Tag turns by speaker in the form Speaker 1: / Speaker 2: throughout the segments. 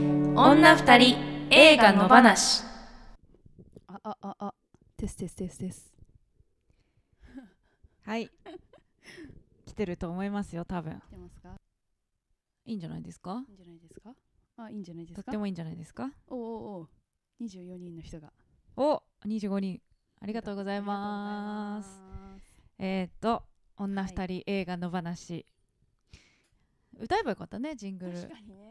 Speaker 1: 女二人映画の話
Speaker 2: ああああですですですです
Speaker 3: はい。来てると思いますよ、多分。
Speaker 2: 出ますか
Speaker 3: いいんじゃないですか
Speaker 2: いいんじゃないですかあいいんじゃないです
Speaker 3: とっ
Speaker 2: か
Speaker 3: てもいいんじゃないですか
Speaker 2: おうおうおう24人の人が
Speaker 3: お25人。あ
Speaker 2: あ
Speaker 3: りがとうございます。
Speaker 2: りがとうございます
Speaker 3: えーっと、女
Speaker 2: はい
Speaker 3: 二人映画の話。歌えばよかったね、ジングル。
Speaker 2: 確かにね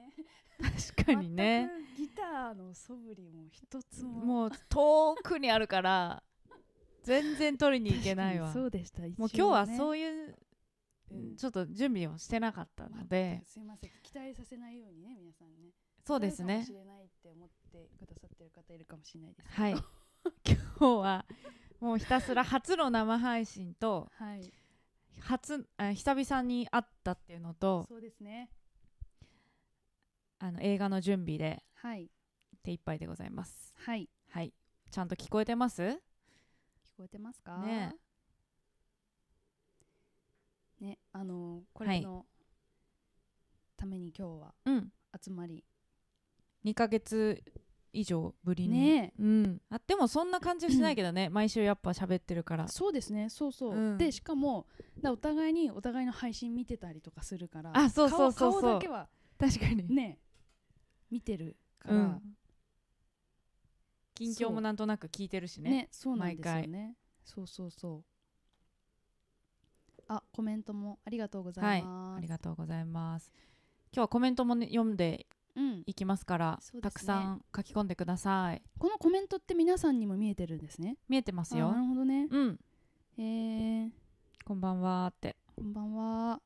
Speaker 3: 確かにね。
Speaker 2: 全くギターの素振りも一つもう
Speaker 3: もう遠くにあるから、全然取りに行けないわ。
Speaker 2: そ
Speaker 3: もう
Speaker 2: うでしたも
Speaker 3: 今日はそう
Speaker 2: いう
Speaker 3: いう、
Speaker 2: うん
Speaker 3: ちょっと準備をしてなかったので、
Speaker 2: すいません期待させないようにね皆さんね
Speaker 3: そうですね
Speaker 2: 歌。うかもしれないって思ってくださってる方いるかもしれないですけど
Speaker 3: はい。今日は、もうひたすら初の生配信と、
Speaker 2: はい
Speaker 3: 初あ久々に会ったっていうのと
Speaker 2: そうですね
Speaker 3: あの映画の準備で
Speaker 2: はい
Speaker 3: 手一杯でございます
Speaker 2: はい
Speaker 3: はいちゃんと聞こえてます
Speaker 2: 聞こえてますか
Speaker 3: ね
Speaker 2: ねあのこ
Speaker 3: は
Speaker 2: れ
Speaker 3: い
Speaker 2: のために今日は
Speaker 3: うん
Speaker 2: 集まり、
Speaker 3: 2ヶ月以上ぶりに
Speaker 2: ね
Speaker 3: うんあでもそんな感じはしないけどね、毎週やっぱ喋ってるから
Speaker 2: そうですねそうそう、
Speaker 3: うん
Speaker 2: でしかもだお互いにお互いの配信見てたりとかするから
Speaker 3: あそうそうそうそ
Speaker 2: 顔
Speaker 3: う
Speaker 2: 顔だけは
Speaker 3: 確かに
Speaker 2: ね見てるか
Speaker 3: う
Speaker 2: ら、
Speaker 3: ん近況もなんとなく聞いてるし
Speaker 2: ね
Speaker 3: ね
Speaker 2: そうなんですよ
Speaker 3: 毎
Speaker 2: ねそうそうそうあコメントもありがとうございます、
Speaker 3: ありがとうございます今日はコメントもね、読んで
Speaker 2: うん、
Speaker 3: いきますから
Speaker 2: そうで
Speaker 3: た
Speaker 2: すね
Speaker 3: くさん書き込んでください
Speaker 2: このコメントって皆さんにも見えてるんですね
Speaker 3: 見えてます
Speaker 2: あ
Speaker 3: よ
Speaker 2: なるほどね
Speaker 3: うん
Speaker 2: えー、
Speaker 3: こんばんはーって
Speaker 2: こんばんは。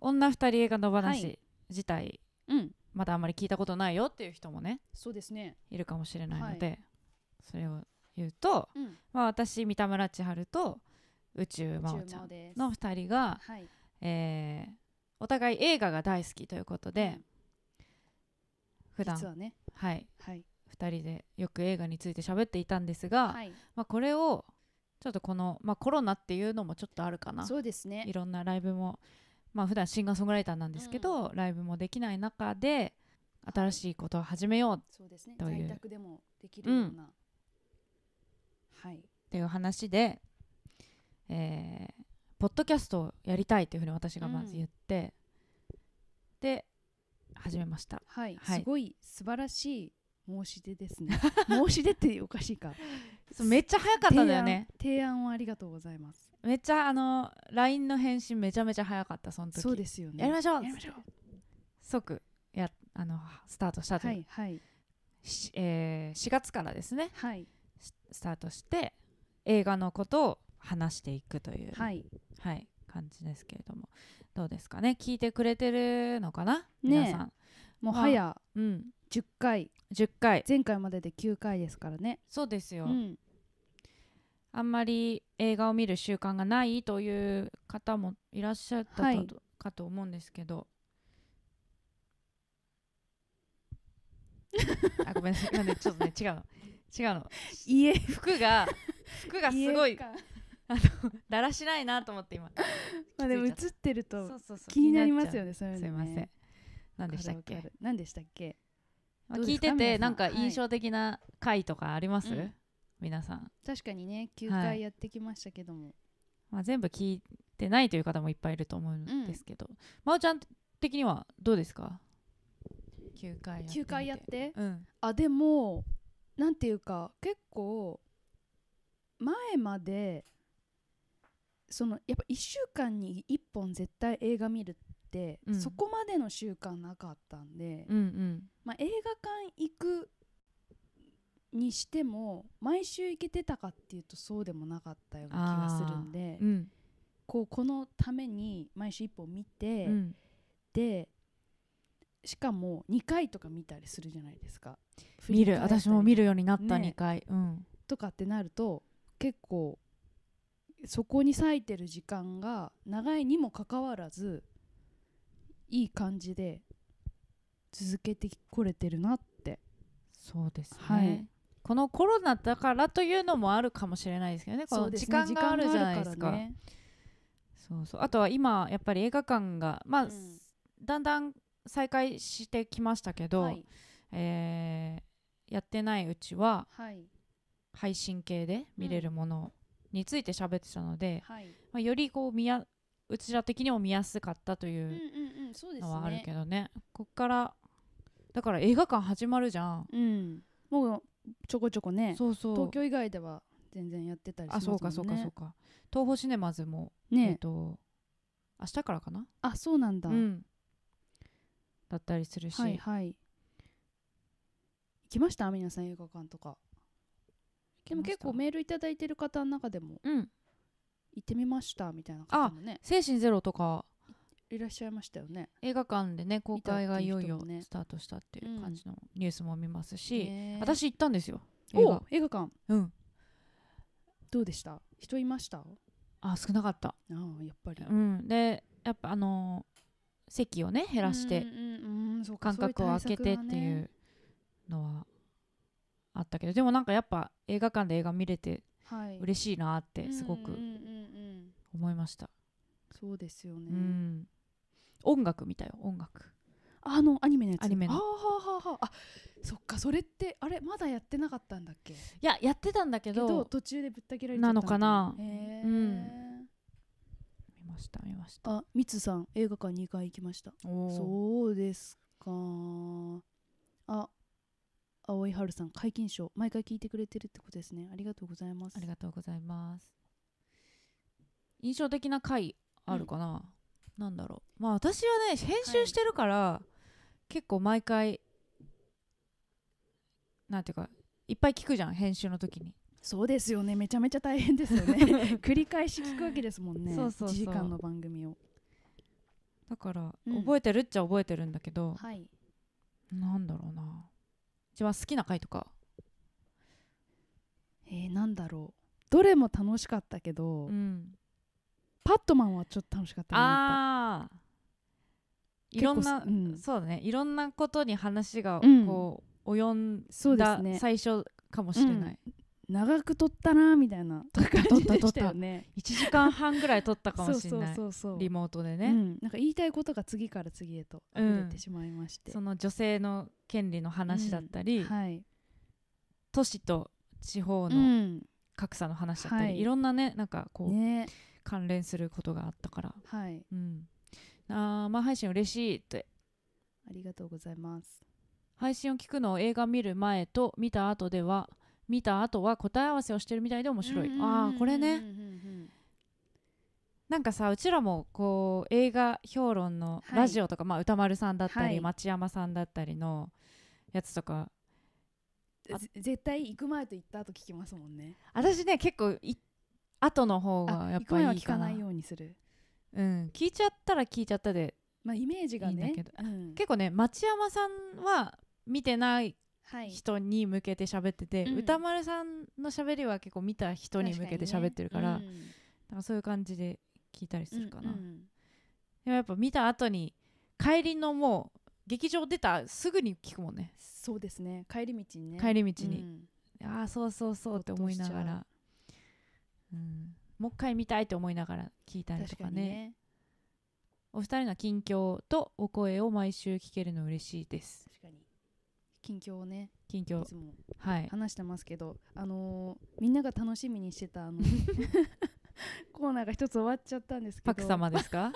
Speaker 3: 女二人映画の
Speaker 2: は
Speaker 3: 話
Speaker 2: い
Speaker 3: 自体
Speaker 2: うん、
Speaker 3: まだあんまり聞いたことないよっていう人もね
Speaker 2: そうですね。
Speaker 3: いるかもしれないので、それを言うと、
Speaker 2: うん、
Speaker 3: まあ、私三田村千春と宇宙真央ちゃん
Speaker 2: です
Speaker 3: の二人が、
Speaker 2: はい。
Speaker 3: えーお互い映画が大好きということで、普段
Speaker 2: 実はね、
Speaker 3: はい
Speaker 2: はい、
Speaker 3: 二人でよく映画について喋っていたんですが、
Speaker 2: い、
Speaker 3: まあ、これをちょっとこの、まあ、コロナっていうのもちょっとあるかな
Speaker 2: そうですね
Speaker 3: い。ろんなライブもまあ普段シンガーソングライターなんですけど、ライブもできない中で新しいことを始めようっ
Speaker 2: そうですね。
Speaker 3: どういう
Speaker 2: 在宅でもできるような。はい。
Speaker 3: ていう話で、えーポッドキャストをやりたいというふうに私がまず言って、で始めました
Speaker 2: はい、
Speaker 3: はい
Speaker 2: すごい素晴らしい申し出ですね。 申し出っておかしいか。
Speaker 3: そうめっちゃ早かったんだよね
Speaker 2: 提案。提案をありがとうございます。
Speaker 3: めっちゃあの LINE の返信めちゃめちゃ早かったその時
Speaker 2: そうですよね。
Speaker 3: やりましょう
Speaker 2: やりましょう。
Speaker 3: 即やあのスタートしたとい
Speaker 2: は
Speaker 3: う、
Speaker 2: い、はい、
Speaker 3: しえ4月からですね
Speaker 2: はい、
Speaker 3: スタートして映画のことを話していくという、
Speaker 2: はい。
Speaker 3: はい、感じですけれどもどうですかね聞いてくれてるのかな、皆さん、
Speaker 2: もう早
Speaker 3: うん、
Speaker 2: 10回、
Speaker 3: 10回
Speaker 2: 前回までで9回ですからね。
Speaker 3: そうですよ、
Speaker 2: うん、
Speaker 3: あんまり映画を見る習慣がないという方もいらっしゃったと、
Speaker 2: はい
Speaker 3: かと思うんですけど あごめんなさいなんでちょっとね違うの違うの
Speaker 2: 家
Speaker 3: 服が服がすごい
Speaker 2: 家か
Speaker 3: だらしないなと思って今
Speaker 2: まあでも映
Speaker 3: 気づいちゃっ
Speaker 2: ってる
Speaker 3: そう
Speaker 2: と
Speaker 3: そうそう
Speaker 2: 気になりますよ
Speaker 3: ね
Speaker 2: ねそういうの
Speaker 3: すい
Speaker 2: ね
Speaker 3: ません何でしたっ
Speaker 2: わか
Speaker 3: け
Speaker 2: るわかる何でしたっけ
Speaker 3: まあ
Speaker 2: どう
Speaker 3: 聞
Speaker 2: で
Speaker 3: い
Speaker 2: すか皆
Speaker 3: てて
Speaker 2: さん
Speaker 3: なんか
Speaker 2: はい
Speaker 3: 印象的な回とかあります、
Speaker 2: うん
Speaker 3: 皆さん、
Speaker 2: 確かにね9
Speaker 3: はい
Speaker 2: 回やってきましたけども、
Speaker 3: まあ、全部聞いてないという方もいっぱいいると思うんですけど、まおちゃん的にはどうですか9回やってみて
Speaker 2: 9回やって
Speaker 3: うん
Speaker 2: あでもなんていうか結構前までそのやっぱ1週間に1本絶対映画見るって、
Speaker 3: うん
Speaker 2: そこまでの習慣なかったんで、
Speaker 3: うんうん
Speaker 2: まあ、映画館行くにしても毎週行けてたかっていうとそうでもなかったような気がするんで
Speaker 3: うん
Speaker 2: こうこのために毎週1本見て、
Speaker 3: うん
Speaker 2: でしかも2回とか見たりするじゃないですか振り
Speaker 3: 見る
Speaker 2: 返ったり
Speaker 3: 私も見るようになった
Speaker 2: ね
Speaker 3: 2回、うん
Speaker 2: とかってなると結構そこに割いてる時間が長いにもかかわらずいい感じで続けてこれてるなって
Speaker 3: そうですね、
Speaker 2: はい
Speaker 3: このコロナだからというのもあるかもしれないですけどねこ
Speaker 2: そ
Speaker 3: の
Speaker 2: うです
Speaker 3: 時
Speaker 2: ね
Speaker 3: 間があるじゃないです
Speaker 2: 時
Speaker 3: か
Speaker 2: 間があるらね
Speaker 3: そうそうあとは今やっぱり映画館がまあ、
Speaker 2: うん
Speaker 3: だんだん再開してきましたけど、
Speaker 2: はい
Speaker 3: えーやってないうちは
Speaker 2: はい
Speaker 3: 配信系で見れるものについて喋ってたので、
Speaker 2: はい
Speaker 3: まあ、よりこう見やうちら的にも見やすかったとい
Speaker 2: うんう
Speaker 3: うん
Speaker 2: うんそうです
Speaker 3: のはあるけ
Speaker 2: ね
Speaker 3: どねこっからだから映画館始まるじゃん、
Speaker 2: うんもうちょこちょこね
Speaker 3: そうそう
Speaker 2: 東京以外では全然やってたりし
Speaker 3: あ
Speaker 2: ますもんね
Speaker 3: そうかそうかそうか東宝シネマズも、えっ
Speaker 2: ね
Speaker 3: と明日からかな
Speaker 2: あそうなんだ
Speaker 3: うん、だったりするし、
Speaker 2: はいはい行きました皆さん映画館とかでも結構メールいただいてる方の中でも
Speaker 3: うん、
Speaker 2: 行ってみましたみたいな方もね
Speaker 3: 精神ゼロとか
Speaker 2: いらっしゃいましたよね
Speaker 3: 映画館でね公開がいよいよ
Speaker 2: 見たっていう人もね
Speaker 3: スタートしたっていう感じのニュースも見ますし、
Speaker 2: ねえ
Speaker 3: 私行ったんですよ映
Speaker 2: お
Speaker 3: 画
Speaker 2: 映画館
Speaker 3: うん
Speaker 2: どうでした人いましたあ
Speaker 3: あ少なかった、
Speaker 2: あやっぱり
Speaker 3: うん、でやっぱあのー席をね減らし
Speaker 2: う
Speaker 3: て
Speaker 2: んうんうんそうか
Speaker 3: 間
Speaker 2: そういう
Speaker 3: 隔を空けてっていうのはあったけどでもなんかやっぱ映画館で映画見れて
Speaker 2: 対策がねはい
Speaker 3: 嬉しいなってすご
Speaker 2: うんう
Speaker 3: く
Speaker 2: んうんうん
Speaker 3: 思いました、
Speaker 2: そうですよね、
Speaker 3: うん、音楽見たよ音楽
Speaker 2: あのアニメのやつ
Speaker 3: アニメの
Speaker 2: あーはーはーはーあそっかそれってあれまだやってなかったんだっけ
Speaker 3: いややってたんだけ
Speaker 2: け
Speaker 3: ど
Speaker 2: ど途中でぶった切られちゃったんだ
Speaker 3: なのかな
Speaker 2: へえ、
Speaker 3: うん見ました見ました
Speaker 2: あみつさん映画館2回行きました
Speaker 3: おー
Speaker 2: そうですかあ青井春さん解禁賞毎回聞いてくれてるってことですねありがとうございます
Speaker 3: ありがとうございます。印象的な回あるかな、なんだろう。まあ私はね、編集してるから、結構毎回、なんていうか、いっぱい聞くじゃん、編集の時に。
Speaker 2: そうですよねめちゃめちゃ大変ですよ ね繰り返し聞くわけですもんね
Speaker 3: そうそうそう
Speaker 2: 1時間の番組を
Speaker 3: だから、
Speaker 2: うん
Speaker 3: 覚えてるっちゃ覚えてるんだけど、
Speaker 2: はい
Speaker 3: なんだろうな。一番好きな回とか。
Speaker 2: えー、なんだろうどれも楽しかったけど、
Speaker 3: うん。
Speaker 2: パットマンはちょっと楽しかったな
Speaker 3: ああ。い
Speaker 2: や
Speaker 3: ろ
Speaker 2: っ
Speaker 3: ん
Speaker 2: ぱ結構
Speaker 3: な、
Speaker 2: すうん
Speaker 3: そうだね、いろんなことに話が、
Speaker 2: うん
Speaker 3: こう、及ん
Speaker 2: そうで
Speaker 3: だ
Speaker 2: すね
Speaker 3: 最初かもしれない。
Speaker 2: 長く撮ったなみたいな感じでしたよね
Speaker 3: 1時間半ぐらい撮ったかもしれない
Speaker 2: そうそうそうそう
Speaker 3: リモートで
Speaker 2: う
Speaker 3: ね、
Speaker 2: ん、なんか言いたいことが次から次へと
Speaker 3: う
Speaker 2: 溢
Speaker 3: ん
Speaker 2: れてしまいまして、
Speaker 3: その女性の権利の話だったり、
Speaker 2: はい、
Speaker 3: 都市と地方
Speaker 2: う
Speaker 3: の
Speaker 2: ん、
Speaker 3: 格差の話だったり、
Speaker 2: はい
Speaker 3: い、ろんなねなんかこう、
Speaker 2: ね
Speaker 3: 関連することがあったから、
Speaker 2: はい
Speaker 3: うん、あーまあ配信嬉しいって
Speaker 2: ありがとうございます
Speaker 3: 配信を聞くのを映画見る前と見た後では見た後は答え合わせをしてるみたいで面白い、
Speaker 2: うんうんうん
Speaker 3: ああこれね、
Speaker 2: うんうんうん
Speaker 3: なんかさうちらもこう映画評論の
Speaker 2: はい
Speaker 3: ラジオとか、まあ、歌丸さんだった
Speaker 2: は
Speaker 3: り、
Speaker 2: い
Speaker 3: 町山さんだったりのやつとか
Speaker 2: うん
Speaker 3: あ
Speaker 2: ぜ絶対行く前と行った後聞きますもんね
Speaker 3: 私ね結構い後の方が
Speaker 2: あ
Speaker 3: やっ
Speaker 2: 行く
Speaker 3: ぱいい
Speaker 2: 前
Speaker 3: かな
Speaker 2: は聞かないようにする
Speaker 3: うん、聞いちゃったら聞いちゃったで
Speaker 2: まあイメージがね
Speaker 3: いいんだけ
Speaker 2: ど、うん
Speaker 3: 結構ね町山さんは見てない
Speaker 2: はい、
Speaker 3: 人に向けて喋ってて、
Speaker 2: うん
Speaker 3: 歌丸さんの喋りは結構見た人に向けて喋ってるから
Speaker 2: 確にね
Speaker 3: なんかそういう感じで聞いたりす
Speaker 2: うん
Speaker 3: るかな、
Speaker 2: うんうん
Speaker 3: でもやっぱ見た後に帰りのもう劇場出たすぐに聞くもんね
Speaker 2: そうですね帰り道にね
Speaker 3: 帰り道
Speaker 2: う
Speaker 3: に、
Speaker 2: ん
Speaker 3: ああそうそうそうって思いな
Speaker 2: 没
Speaker 3: が
Speaker 2: 頭しち
Speaker 3: ら、うん、もう一回見たいって思いながら聞いたりと
Speaker 2: 確
Speaker 3: か
Speaker 2: かに
Speaker 3: ね
Speaker 2: ね
Speaker 3: お二人の近況とお声を毎週聞けるの嬉しいです
Speaker 2: 確かに近況をね
Speaker 3: 近況
Speaker 2: いつも
Speaker 3: はい
Speaker 2: 話してますけど、あのーみんなが楽しみにして たあのコーナーが一つ終わっちゃったんですけど
Speaker 3: パク様で すか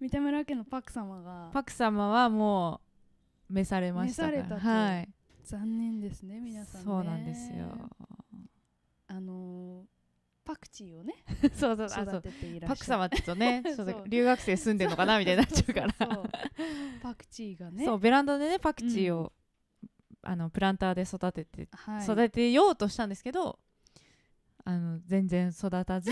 Speaker 2: 三田村家のパク様が
Speaker 3: パク様はもう召されましたから
Speaker 2: 召されたと
Speaker 3: はい
Speaker 2: 残念ですね皆さんね
Speaker 3: そうなんです よ
Speaker 2: あのーパクチーをね
Speaker 3: そうそうあそ
Speaker 2: 育
Speaker 3: う
Speaker 2: てていらっ
Speaker 3: パ
Speaker 2: し
Speaker 3: ク
Speaker 2: ゃる
Speaker 3: 様って言うと ねちょっ
Speaker 2: そ
Speaker 3: と
Speaker 2: う
Speaker 3: 留学生住んでるのかなみたいになっちゃうから
Speaker 2: そうそうそうパクチーがね
Speaker 3: そうベランダでねパクチーを、あのプランターで育てて
Speaker 2: はい、
Speaker 3: 育てようとしたんですけど、あの全然育 たず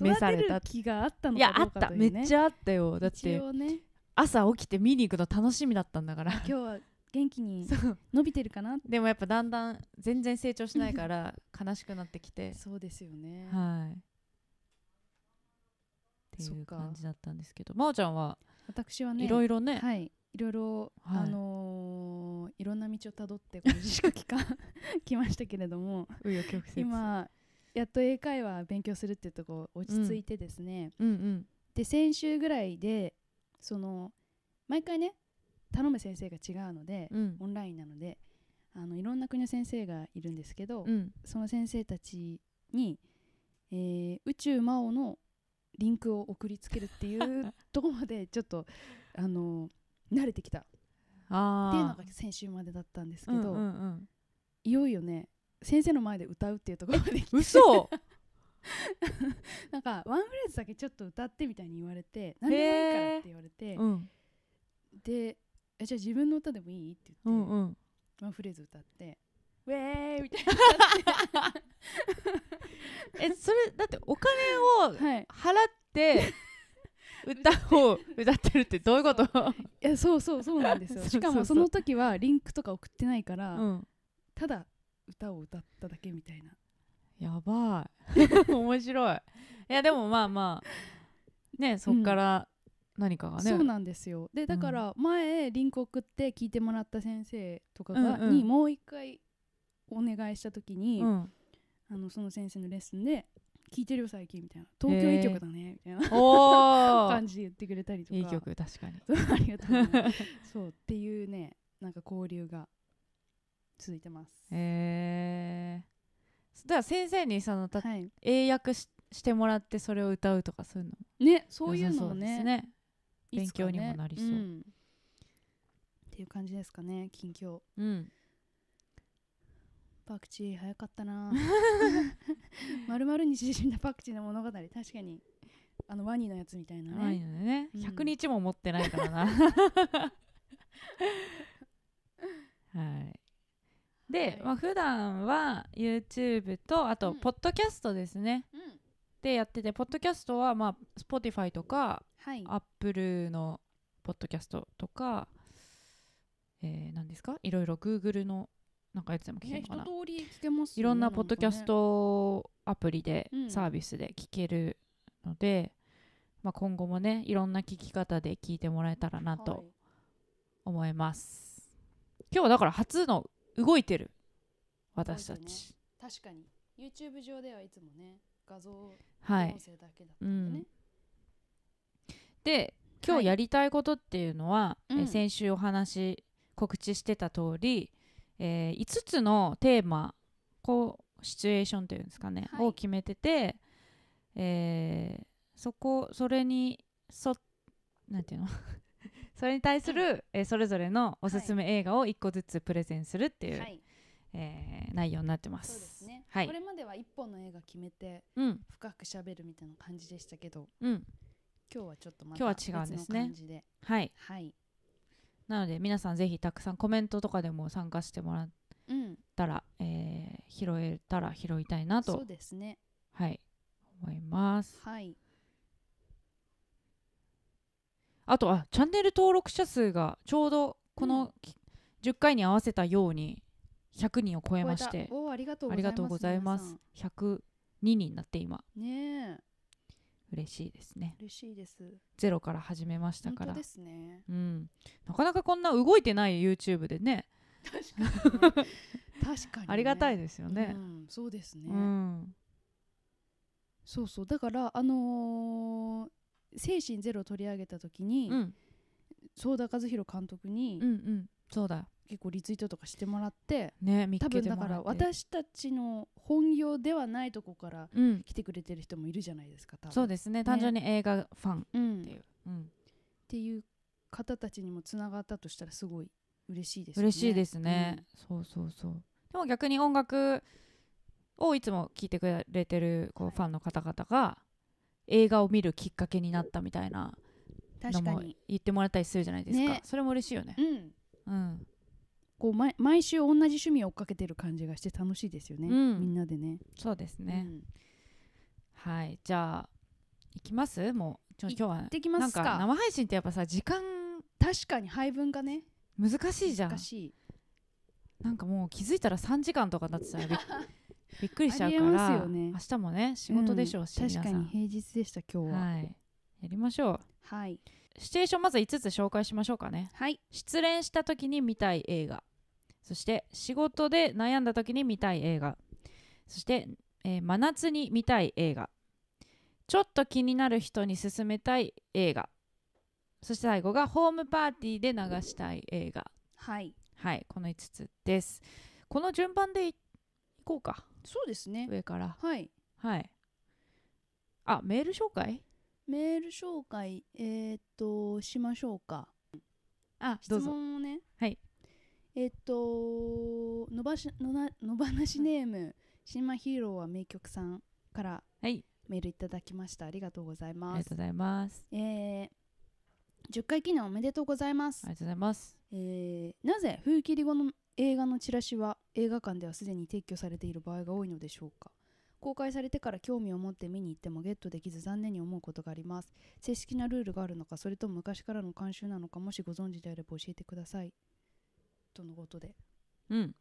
Speaker 3: 召された
Speaker 2: 育てる気があったの
Speaker 3: いやあ
Speaker 2: かど
Speaker 3: っ
Speaker 2: うか
Speaker 3: た
Speaker 2: とい
Speaker 3: め
Speaker 2: うね
Speaker 3: っちゃあったよだっ
Speaker 2: 一
Speaker 3: て
Speaker 2: 応 ね
Speaker 3: 朝起きて見に行くの楽しみだったんだから
Speaker 2: 今 日は元気に
Speaker 3: そう
Speaker 2: 伸びてるかな
Speaker 3: でもやっぱだんだん全然成長しないから悲しくなってきて
Speaker 2: そうですよね、
Speaker 3: はいって
Speaker 2: そ
Speaker 3: い
Speaker 2: っ
Speaker 3: う
Speaker 2: か
Speaker 3: 感じだったんですけど真央ちゃんは
Speaker 2: 私はね
Speaker 3: いろいろね
Speaker 2: はい、いろいろ、
Speaker 3: はい
Speaker 2: あのーいろんな道をたどってこの自粛期間 来ましたけれども
Speaker 3: 紆余曲折
Speaker 2: 今やっと英会話勉強するっていうとこ落ち着いてですね、
Speaker 3: うんうん
Speaker 2: で先週ぐらいでその毎回ね頼む先生が違うので、
Speaker 3: うん
Speaker 2: オンラインなのであのいろんな国の先生がいるんですけど、
Speaker 3: うん
Speaker 2: その先生たちに、えー宇宙魔王のリンクを送りつけるっていうところまでちょっと あの慣れてきたって
Speaker 3: あ
Speaker 2: いうの
Speaker 3: あ
Speaker 2: が先週までだったんですけ
Speaker 3: う
Speaker 2: ど、
Speaker 3: んうんうん
Speaker 2: いよいよね先生の前で歌うっていうところまで来て
Speaker 3: 嘘
Speaker 2: なんかワンフレーズだけちょっと歌ってみたいに言われて何でもいいからって言われて
Speaker 3: うん
Speaker 2: でえじゃあ自分の歌でもいいって
Speaker 3: う
Speaker 2: 言って、
Speaker 3: んうん
Speaker 2: ワンフレーズ歌ってウェーイみたい
Speaker 3: えそれだってお金を
Speaker 2: なはい
Speaker 3: 払って歌 を歌ってるってどういうこと
Speaker 2: いやそうそうそうなんですよ
Speaker 3: そ う
Speaker 2: しか
Speaker 3: そ
Speaker 2: も
Speaker 3: うそ
Speaker 2: そうの時はリンクとか送ってないか
Speaker 3: う
Speaker 2: ら、
Speaker 3: ん
Speaker 2: ただ歌を歌っただけみたいな
Speaker 3: やば い面白いいやでもまあまあねそっから何かがね
Speaker 2: そうなんですよでだから前リンク送って聞いてもらった先生とかが、
Speaker 3: うんうん
Speaker 2: にもう一回お願いした時に、
Speaker 3: うん
Speaker 2: あのその先生のレッスンで「聞いてるよ最近」みたいな「東京いい曲だね」みたいな
Speaker 3: おー
Speaker 2: 感じで言ってくれたりとか
Speaker 3: いい曲確かに
Speaker 2: そうありがとうござい ますそうっていうねなんか交流が続いてます、
Speaker 3: えー、だから先生にそのた
Speaker 2: はい
Speaker 3: 英訳ししてもらってそれを歌うとかそういうのも
Speaker 2: ねそういうのも
Speaker 3: 良さそ
Speaker 2: ね
Speaker 3: うですね
Speaker 2: いつかね
Speaker 3: 勉強にもなりそうん
Speaker 2: っていう感じですかね近況
Speaker 3: うん
Speaker 2: パクチー早かった な まるまるに縮んだパクチーの物語確かにあのワニのやつみたいな
Speaker 3: な
Speaker 2: ね
Speaker 3: いのでね、
Speaker 2: うん
Speaker 3: 100日も持ってないか らなはいで、
Speaker 2: はい
Speaker 3: まあ普段は YouTube とあ
Speaker 2: う
Speaker 3: と
Speaker 2: ん
Speaker 3: ポッドキャストですね、
Speaker 2: うん
Speaker 3: でやっててポッドキャストはまあ Spotify とか
Speaker 2: はい
Speaker 3: Apple のポッドキャストとか、えー、何ですかいろいろ Google のなんかやつでも聞け
Speaker 2: ね
Speaker 3: るの
Speaker 2: 一
Speaker 3: かな
Speaker 2: 通り聞けます
Speaker 3: いろんなポッドキャストアプリで、
Speaker 2: うん
Speaker 3: サービスで聞けるので、まあ、今後もねいろんな聞き方で聞いてもらえたらなと思います、今日はだから初の動いてる私た
Speaker 2: 動いて
Speaker 3: ち、
Speaker 2: 確かに YouTube 上ではいつもね画像音
Speaker 3: はい
Speaker 2: 声だけだった
Speaker 3: うん
Speaker 2: でね
Speaker 3: ん、で今
Speaker 2: はい
Speaker 3: 日やりたいことっていうのは、えー
Speaker 2: うん
Speaker 3: 先週お話告知してた通り、えー5つのテーマこうシチュエーションっていうんですかね、
Speaker 2: はい
Speaker 3: を決めてて、えーそこそれにそなんていうの それに対する、えーそれぞれのおすすめ映画を1個ずつプレゼンするっていう、
Speaker 2: はい
Speaker 3: えー内容になってます。
Speaker 2: そうですね、
Speaker 3: はい
Speaker 2: これまでは一本の映画決めて
Speaker 3: うん
Speaker 2: 深く喋るみたいな感じでしたけど
Speaker 3: うん
Speaker 2: 今日はちょっとまた
Speaker 3: 今日は違うんで
Speaker 2: 別
Speaker 3: すね
Speaker 2: の感じで
Speaker 3: はい、
Speaker 2: はい
Speaker 3: なので皆さんぜひたくさんコメントとかでも参加してもらっ
Speaker 2: うん
Speaker 3: たら、えー拾えたら拾いたいな
Speaker 2: そ
Speaker 3: と
Speaker 2: う、ですね
Speaker 3: はい、思います
Speaker 2: はい
Speaker 3: あとあチャンネル登録者数がちょうどこ
Speaker 2: う
Speaker 3: の、き10回に合わせたように100人を超えまし
Speaker 2: 超え
Speaker 3: て
Speaker 2: たおーありがとう
Speaker 3: ありがとう
Speaker 2: ご
Speaker 3: ご
Speaker 2: ざ
Speaker 3: ざ
Speaker 2: い
Speaker 3: い
Speaker 2: ま
Speaker 3: ますす102人になって今
Speaker 2: 皆さんねえ
Speaker 3: 嬉しいですね
Speaker 2: 嬉しいです
Speaker 3: ゼロから始めました
Speaker 2: 本
Speaker 3: か
Speaker 2: 当
Speaker 3: ら
Speaker 2: ですね
Speaker 3: うん、なかなかこんな動いてない YouTube でね
Speaker 2: 確かにね確かにね
Speaker 3: ありがたいですよね
Speaker 2: う。んそうですね、
Speaker 3: うん
Speaker 2: そうそうだからあのー精神ゼロを取り上げた時に
Speaker 3: うん
Speaker 2: 相田和弘監督に
Speaker 3: うんうんそうだ
Speaker 2: 結構リツイートとかしてもらって
Speaker 3: ね見つ
Speaker 2: 多
Speaker 3: け
Speaker 2: 分
Speaker 3: て
Speaker 2: だ
Speaker 3: も
Speaker 2: からら
Speaker 3: って、
Speaker 2: 私たちの本業ではないとこから
Speaker 3: うん、
Speaker 2: 来てくれてる人もいるじゃないですか多分
Speaker 3: そうですね単純に映画ファンっ
Speaker 2: うん、ってて
Speaker 3: い
Speaker 2: いう
Speaker 3: う、うん
Speaker 2: 方たちにもつながったとしたらすごい嬉しいですよね
Speaker 3: 嬉しいですね、そうそうそうでも逆に音楽をいつも聴いてくれてるこう
Speaker 2: はい
Speaker 3: ファンの方々が映画を見るきっかけになったみたいな
Speaker 2: うん
Speaker 3: の
Speaker 2: 確か
Speaker 3: も
Speaker 2: に
Speaker 3: 言ってもらったりするじゃないですか、
Speaker 2: ね
Speaker 3: それも嬉しいよね
Speaker 2: うん
Speaker 3: うん
Speaker 2: こう毎毎週同じ趣味を追っかけてる感じがして楽しいですよね、
Speaker 3: うん
Speaker 2: みんなでね
Speaker 3: そうです
Speaker 2: う
Speaker 3: ね、
Speaker 2: ん
Speaker 3: はいじゃあ行きますもうちょ
Speaker 2: い
Speaker 3: 今日は
Speaker 2: できま
Speaker 3: なん
Speaker 2: すか
Speaker 3: か生配信ってやっぱさ時間
Speaker 2: 確かに配分がね
Speaker 3: 難しいじゃん
Speaker 2: 難しい
Speaker 3: なんかもう気づいたら3時間とか経ってた らびっびっくりしちゃうか
Speaker 2: ありえます
Speaker 3: ら、
Speaker 2: よね
Speaker 3: 明日もね仕事でしょうし、
Speaker 2: うん
Speaker 3: 皆
Speaker 2: 確
Speaker 3: さ
Speaker 2: かに
Speaker 3: ん
Speaker 2: 平日でした今日は
Speaker 3: はい、やりましょう
Speaker 2: はい
Speaker 3: シチュエーションまず5つ紹介しましょうかね
Speaker 2: はい
Speaker 3: 失恋した時に見たい映画そして仕事で悩んだ時に見たい映画そして、えー真夏に見たい映画ちょっと気になる人に勧めたい映画そして最後がホームパーティーで流したい映画
Speaker 2: はい
Speaker 3: はいこの5つですこの順番でいいこうか
Speaker 2: そうですね
Speaker 3: 上から
Speaker 2: はい
Speaker 3: はいあメール紹介
Speaker 2: メール紹介えーっとしましょうか
Speaker 3: あ
Speaker 2: 質
Speaker 3: どうぞ
Speaker 2: 問をね
Speaker 3: はい
Speaker 2: えーっとのばしのなのばなしネーム新馬ヒーローは名曲さんから
Speaker 3: はい
Speaker 2: メールいただきましたありがとうござい
Speaker 3: あり
Speaker 2: ま
Speaker 3: が
Speaker 2: す
Speaker 3: とうございます
Speaker 2: えー10回記念おめでとうございます
Speaker 3: ありがとうございます
Speaker 2: えーなぜ風切り後の映画のチラシは映画館ではすでに撤去されている場合が多いのでしょうか公開されてから興味を持って見に行ってもゲットできず残念に思うことがあります正式なルールがあるのかそれとも昔からの慣習なのかもしご存知であれば教えてくださいとのことで
Speaker 3: うん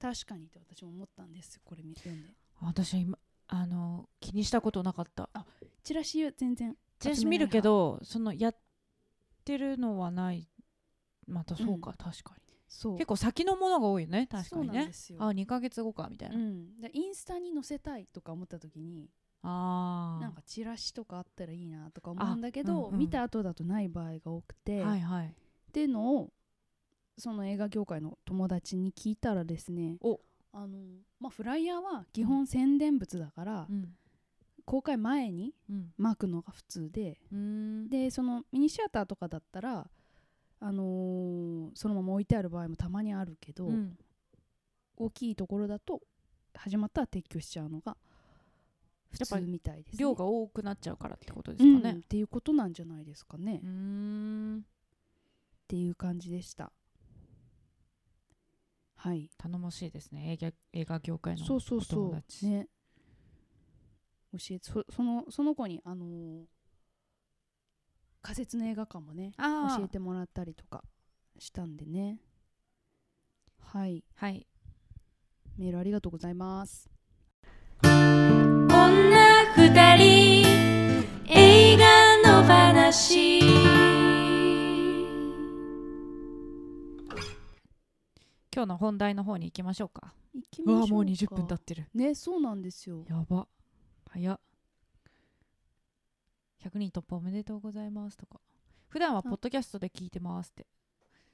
Speaker 2: 確かにって私も思ったんですよこれ見読んで
Speaker 3: 私今あの気にしたことなかった
Speaker 2: チラシは全然
Speaker 3: チラシ見るけどそのやってるのはないまたそうか、確かに
Speaker 2: そう
Speaker 3: 結構先のものが多いよね確かに
Speaker 2: そうなん
Speaker 3: ね
Speaker 2: ですよ
Speaker 3: あ2ヶ月後かみたいな、
Speaker 2: うん、でインスタに載せたいとか思った時に
Speaker 3: あ
Speaker 2: なん
Speaker 3: あ
Speaker 2: かチラシとかあったらいいなとか思うんだけ
Speaker 3: あ
Speaker 2: ど、
Speaker 3: うんうん
Speaker 2: 見た後だとない場合が多くて、
Speaker 3: は
Speaker 2: っ
Speaker 3: いはい
Speaker 2: ていうのをその映画業界の友達に聞いたらですね
Speaker 3: お
Speaker 2: あの、まあ、フライヤーは基本宣伝物だから、
Speaker 3: うん
Speaker 2: 公開前に
Speaker 3: うん
Speaker 2: 巻くのが普通で
Speaker 3: うーん
Speaker 2: でそのミニシアターとかだったら、あのーそのまま置いてある場合もたまにあるけど、
Speaker 3: うん
Speaker 2: 大きいところだと始まったら撤去しちゃうのが普
Speaker 3: やっぱ
Speaker 2: 通
Speaker 3: り
Speaker 2: みたいです、ね。
Speaker 3: 量が多くなっちゃうからってことで
Speaker 2: う
Speaker 3: す
Speaker 2: ん
Speaker 3: か
Speaker 2: っ
Speaker 3: ね
Speaker 2: ていうことなんじゃないですかね。
Speaker 3: うー
Speaker 2: っ
Speaker 3: ん
Speaker 2: ていう感じでしたはい
Speaker 3: 頼もしいですね映画映画業界の
Speaker 2: そうそう
Speaker 3: お
Speaker 2: そ
Speaker 3: 友達
Speaker 2: うね教えてそそのその子にあのー仮設の映画館もね
Speaker 3: あー
Speaker 2: 教えてもらったりとかしたんでねはい
Speaker 3: はい
Speaker 2: メールありがとうございます
Speaker 1: 女二人映画の話
Speaker 3: 今日の本題の方に行きましょうか
Speaker 2: 行き
Speaker 3: う
Speaker 2: ましょう
Speaker 3: わ
Speaker 2: か
Speaker 3: もう20分経ってる
Speaker 2: ねそうなんですよ
Speaker 3: やば早っ100人突破おめでとうございますとか普段はポッドキャストで聞いてますって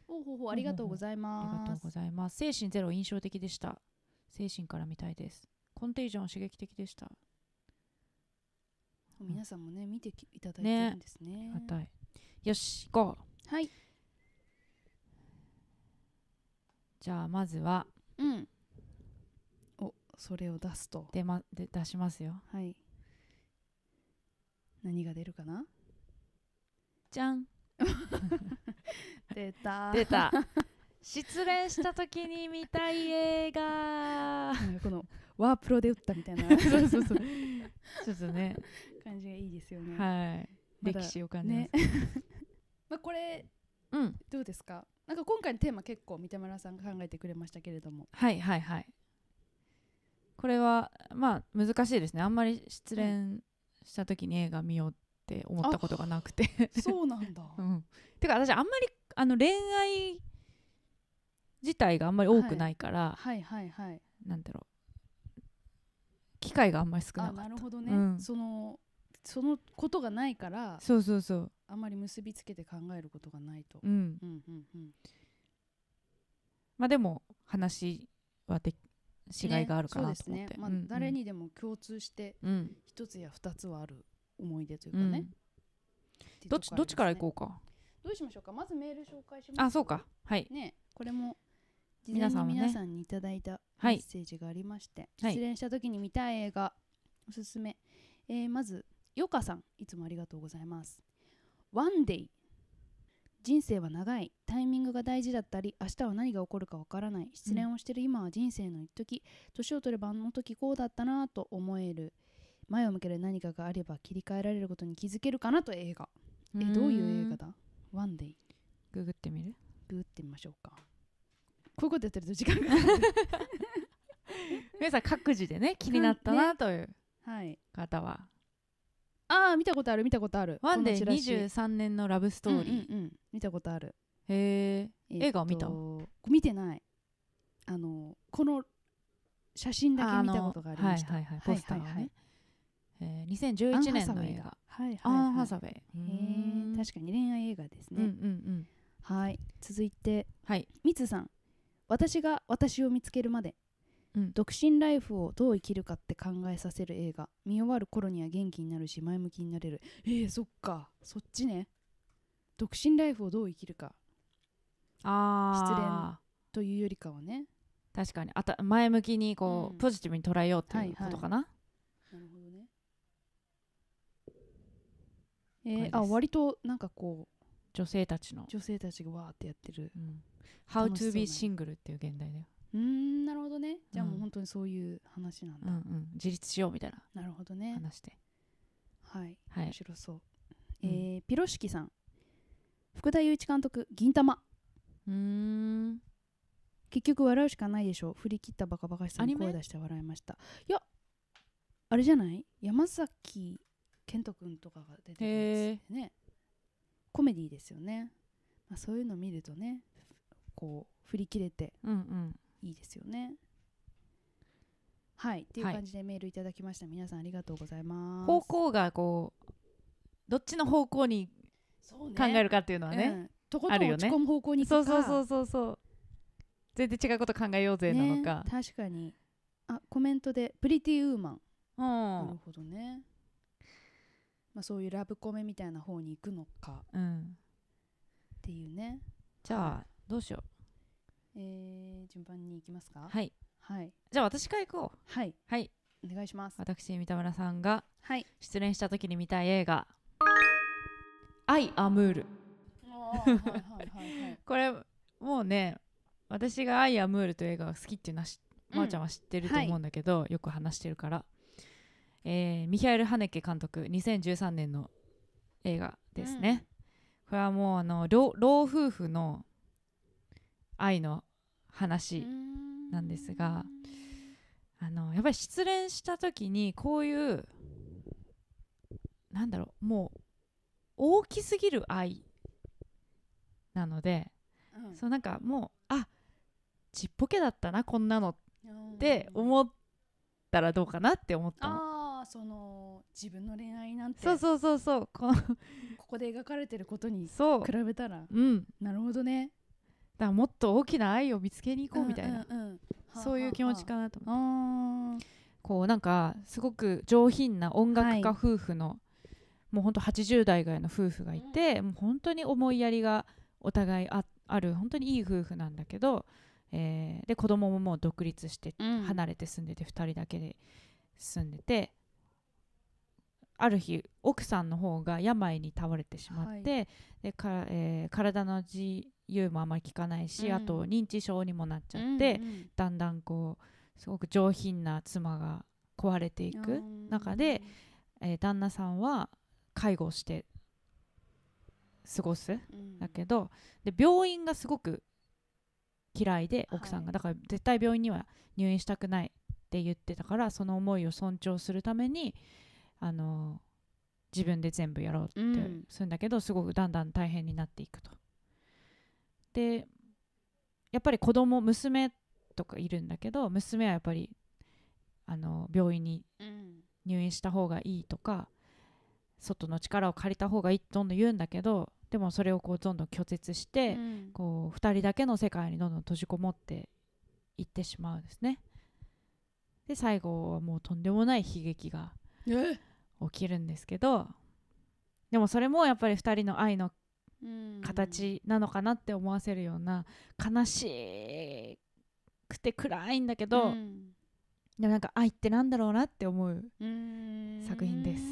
Speaker 2: ほうほうほうありがとうござい
Speaker 3: ありがと
Speaker 2: ま
Speaker 3: う
Speaker 2: す
Speaker 3: ございます精神ゼロ印象的でした精神から見たいですコンテージョン刺激的でした
Speaker 2: 皆さんもね見てきいただいてるんですね
Speaker 3: ありがたいよし行こう
Speaker 2: はい
Speaker 3: じゃあまずは
Speaker 2: うんおそれを出すと
Speaker 3: 出,、ま、で出しますよ
Speaker 2: はい何が出るかな
Speaker 3: じゃん
Speaker 2: 出た
Speaker 3: 出た失恋した時に見たい 映画
Speaker 2: なんかこのワープロで打ったみたいな
Speaker 3: そうそうそうちょっとね
Speaker 2: 感じがいいですよね、
Speaker 3: はい
Speaker 2: まだ
Speaker 3: 歴史を感じます
Speaker 2: ね まあこれ
Speaker 3: うん
Speaker 2: どうですかなんか今回のテーマ結構三田村さんが考えてくれましたけれど も
Speaker 3: はいはいはいこれはまあ難しいですねあんまり失恋した時に映画見ようって思ったことがなくて
Speaker 2: そうなんだ
Speaker 3: うんてか私あんまりあの恋愛自体があんまり多くないから、
Speaker 2: はいはいはい
Speaker 3: なんだろう機会があんまり少なか
Speaker 2: あ
Speaker 3: った
Speaker 2: なるほどね、
Speaker 3: うん
Speaker 2: そのそのことがないから
Speaker 3: そうそうそう
Speaker 2: あまり結びつけて考えることがないと、
Speaker 3: うん
Speaker 2: うんうんうん
Speaker 3: まあでも話はで違いがあるかなと思っ
Speaker 2: ねそうですね
Speaker 3: て、
Speaker 2: まあ
Speaker 3: うんうん
Speaker 2: 誰にでも共通して
Speaker 3: うん
Speaker 2: 一つや二つはある思い出という
Speaker 3: う
Speaker 2: か
Speaker 3: ん
Speaker 2: ね、ていう
Speaker 3: ど
Speaker 2: と
Speaker 3: っ
Speaker 2: こあります
Speaker 3: ち
Speaker 2: ね
Speaker 3: どっちから行こうか
Speaker 2: どうしましょうかまずメール紹介します
Speaker 3: あそうかはい
Speaker 2: ねこれも事前
Speaker 3: 皆
Speaker 2: に
Speaker 3: さんはね
Speaker 2: 皆さんにいただいた
Speaker 3: は
Speaker 2: メ
Speaker 3: い
Speaker 2: ッセージがありまして、
Speaker 3: はい
Speaker 2: 失恋した時に見たい映画おすすめ、えーまずよかさんいつもありがとうございますワンデイ人生は長いタイミングが大事だったり明日は何が起こるかわからない失恋をしてる今は人生の一時年を取ればあの時こうだったなぁと思える前を向ける何かがあれば切り替えられることに気づけるかなと映画えどういう映画
Speaker 3: だ
Speaker 2: だワンデイ
Speaker 3: ググってみる
Speaker 2: グーってみましょうかこういうことやってると時間がかかる
Speaker 3: 皆さん各自でね気になったなという
Speaker 2: はい
Speaker 3: 方は
Speaker 2: ああ見たことある見たことある
Speaker 3: 「ワンデ
Speaker 2: こ
Speaker 3: ー
Speaker 2: のチラシ
Speaker 3: 23年のラブストーリー」
Speaker 2: うんうんうん見たことある、
Speaker 3: へ
Speaker 2: え
Speaker 3: え
Speaker 2: ーっと
Speaker 3: 映画を見た
Speaker 2: 見てないあのこの写真だけ見たことがありました
Speaker 3: はいはいはいポスターをね、
Speaker 2: はいはいはい
Speaker 3: えー、2011年の
Speaker 2: アンハサウェイ
Speaker 3: 映
Speaker 2: だ
Speaker 3: 画
Speaker 2: はいはい、
Speaker 3: ア
Speaker 2: はい、
Speaker 3: ン・ハサウェイ
Speaker 2: へ
Speaker 3: う
Speaker 2: ー
Speaker 3: ん
Speaker 2: 確かに恋愛映画です
Speaker 3: うんう
Speaker 2: ね、
Speaker 3: んうん
Speaker 2: はい続いて
Speaker 3: はい
Speaker 2: みつさん私が私を見つけるまで、
Speaker 3: うん
Speaker 2: 独身ライフをどう生きるかって考えさせる映画見終わる頃には元気になるし前向きになれるえー、そっかそっちね独身ライフをどう生きるか
Speaker 3: ああ
Speaker 2: というよりかはね
Speaker 3: 確かにあた前向きにこう、
Speaker 2: うん
Speaker 3: ポジティブに捉えようって
Speaker 2: はいいうはい
Speaker 3: ことかな、
Speaker 2: なるほどね
Speaker 3: 了
Speaker 2: えー
Speaker 3: 解、です
Speaker 2: あ割となんかこう
Speaker 3: 女性たちの、
Speaker 2: 女性たちがわーってやってる
Speaker 3: うん、How
Speaker 2: 楽しそうな
Speaker 3: to be single っていう現代だよ、
Speaker 2: うーんなるほどねじゃあもううん本当にそういう話なんだ、
Speaker 3: うんうん、自立しようみたいな
Speaker 2: なるほどね
Speaker 3: 話で、
Speaker 2: はい
Speaker 3: は
Speaker 2: 面
Speaker 3: い、
Speaker 2: 白そう、
Speaker 3: うん
Speaker 2: えーピロシキさん福田雄一監督銀魂
Speaker 3: うーん
Speaker 2: 結局笑うしかないでしょう振り切ったバカバカしさに
Speaker 3: アニメ
Speaker 2: 声を出して笑いましたいやあれじゃない山崎賢人君とかが出てるやつでねコメディですよね、まあ、そういうの見るとねこう振り切れて
Speaker 3: うんうん
Speaker 2: いいですよねはいっていう
Speaker 3: はい
Speaker 2: 感じでメールいただきました、皆さんありがとうございます
Speaker 3: 方向がこうどっちの方向に
Speaker 2: そうね
Speaker 3: 考えるかっていうのは
Speaker 2: う
Speaker 3: ね
Speaker 2: んとことん
Speaker 3: あるよ
Speaker 2: 落ち
Speaker 3: ね
Speaker 2: 込む方向に行
Speaker 3: そう
Speaker 2: くか
Speaker 3: そうそうそうそう全然違うこと考えようぜなのか
Speaker 2: ね、、確かにあコメントで「プリティウーマン」
Speaker 3: う
Speaker 2: なるほどね、まあ、そういうラブコメみたいな方に行くのか
Speaker 3: ん、うん、
Speaker 2: っていうね、
Speaker 3: じゃあどうしよ
Speaker 2: えー、順番に行きます
Speaker 3: う
Speaker 2: か
Speaker 3: はい
Speaker 2: はい
Speaker 3: じゃあ私から行こう
Speaker 2: はい
Speaker 3: はい
Speaker 2: お願いします
Speaker 3: 私三田村さんが
Speaker 2: はい
Speaker 3: 失恋した時に見たい映画「アイ・アムール
Speaker 2: はいはいはいはい」
Speaker 3: これもうね私が「アイ・アムール」という映画が好きっていうのはし、
Speaker 2: うん
Speaker 3: まーちゃんは知ってると思うんだけど、よく話してるから、えーミヒャエル・ハネケ監督2013年の映画ですね、これはもうあの老老夫婦の愛の話、なんですがあのやっぱり失恋した時にこういうなんだろうもう大きすぎる愛なので、
Speaker 2: うん
Speaker 3: そうなんかもうあちっぽけだったなこんなのっ
Speaker 2: うん
Speaker 3: て思ったらどうかなって思ったの。
Speaker 2: ああその自分の恋愛なんて
Speaker 3: そうそうそうそうこの
Speaker 2: ここで描かれてることに比
Speaker 3: そう
Speaker 2: べたら
Speaker 3: うんだか
Speaker 2: なるほどね
Speaker 3: らもっと大きな愛を見つけに行こうみたいな、
Speaker 2: うんうんうん
Speaker 3: そういう気持ちかなと思って
Speaker 2: はあはあ
Speaker 3: こうなんかすごく上品な音楽家
Speaker 2: は
Speaker 3: 夫婦の、もうほんと80代ぐらいの夫婦がいて、もう本当に思いやりがお互いあある本当にいい夫婦なんだけど、えーで子供ももう独立して
Speaker 2: あーうん
Speaker 3: 離れて住んでて2人だけで住んでて、ある日奥さんの方が病に倒れてしまって、でかえー体の自由もあまり効かないし、
Speaker 2: うん
Speaker 3: あと認知症にもなっちゃって。
Speaker 2: うんうん
Speaker 3: だんだんこうすごく上品な妻が壊れていく、中でえー旦那さんは介護をして過ごす
Speaker 2: うんうん
Speaker 3: だけどで病院がすごく嫌いで
Speaker 2: はい
Speaker 3: 奥さんが、だから絶対病院には入院したくないって言ってたからその思いを尊重するためにあの自分で全部やろうって
Speaker 2: うん
Speaker 3: するんだけど、すごくだんだん大変になっていくと。でやっぱり子供娘とかいるんだけど娘はやっぱりあの病院に
Speaker 2: うん
Speaker 3: 入院した方がいいとか外の力を借りた方がいいってどんどん言うんだけどでもそれをこうどんどん拒絶して、
Speaker 2: うん
Speaker 3: こう2人だけの世界にどんどん閉じこもっていってしまうんですね。で最後はもうとんでもない悲劇が
Speaker 2: え
Speaker 3: 起きるんですけどでもそれもやっぱり2人の愛の形なのかなって思わせるような悲しくて暗いんだけ
Speaker 2: う
Speaker 3: ど、
Speaker 2: ん
Speaker 3: でもなんか愛ってなんだろうなって思う。
Speaker 2: うん
Speaker 3: 作品です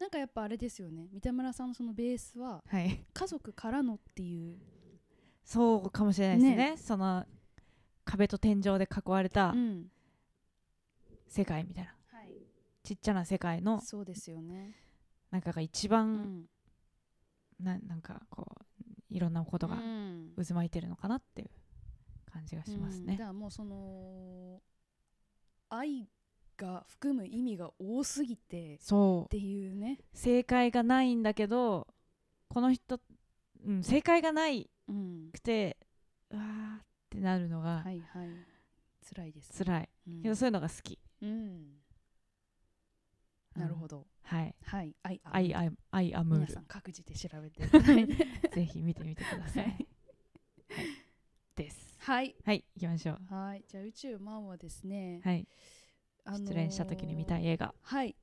Speaker 2: なんかやっぱあれですよね三田村さんのそのベースは
Speaker 3: はい
Speaker 2: 家族からのっていう
Speaker 3: そうかもしれないですね
Speaker 2: ね
Speaker 3: その壁と天井で囲われた
Speaker 2: うん
Speaker 3: 世界みたいな
Speaker 2: はい
Speaker 3: ちっちゃな世界の
Speaker 2: そうですよね
Speaker 3: 中が一
Speaker 2: う
Speaker 3: 番、
Speaker 2: ん
Speaker 3: ななんかこういろんなことが
Speaker 2: うん
Speaker 3: 渦巻いてるのかなっていう感じがします
Speaker 2: うんだ
Speaker 3: ね
Speaker 2: か。らもうその愛が含む意味が多すぎてっ
Speaker 3: そう
Speaker 2: ていうね
Speaker 3: 正解がないんだけどこの人、うん、正解がない
Speaker 2: うん
Speaker 3: くてうわーってなるのが
Speaker 2: はいはい辛いです
Speaker 3: 辛い、
Speaker 2: うん
Speaker 3: けどそういうのが好き。
Speaker 2: うんなるほど。
Speaker 3: はい
Speaker 2: はい。アイ
Speaker 3: 「I
Speaker 2: ア
Speaker 3: am, I am
Speaker 2: 皆
Speaker 3: Mool
Speaker 2: さん各自で調べ てください。
Speaker 3: ぜひ見てみてく ださい、はい、です
Speaker 2: はい。
Speaker 3: はい行きましょう
Speaker 2: はい。じゃあ宇宙マンはですね、
Speaker 3: はい
Speaker 2: あのー
Speaker 3: 失恋した時に見たい映画
Speaker 2: はい。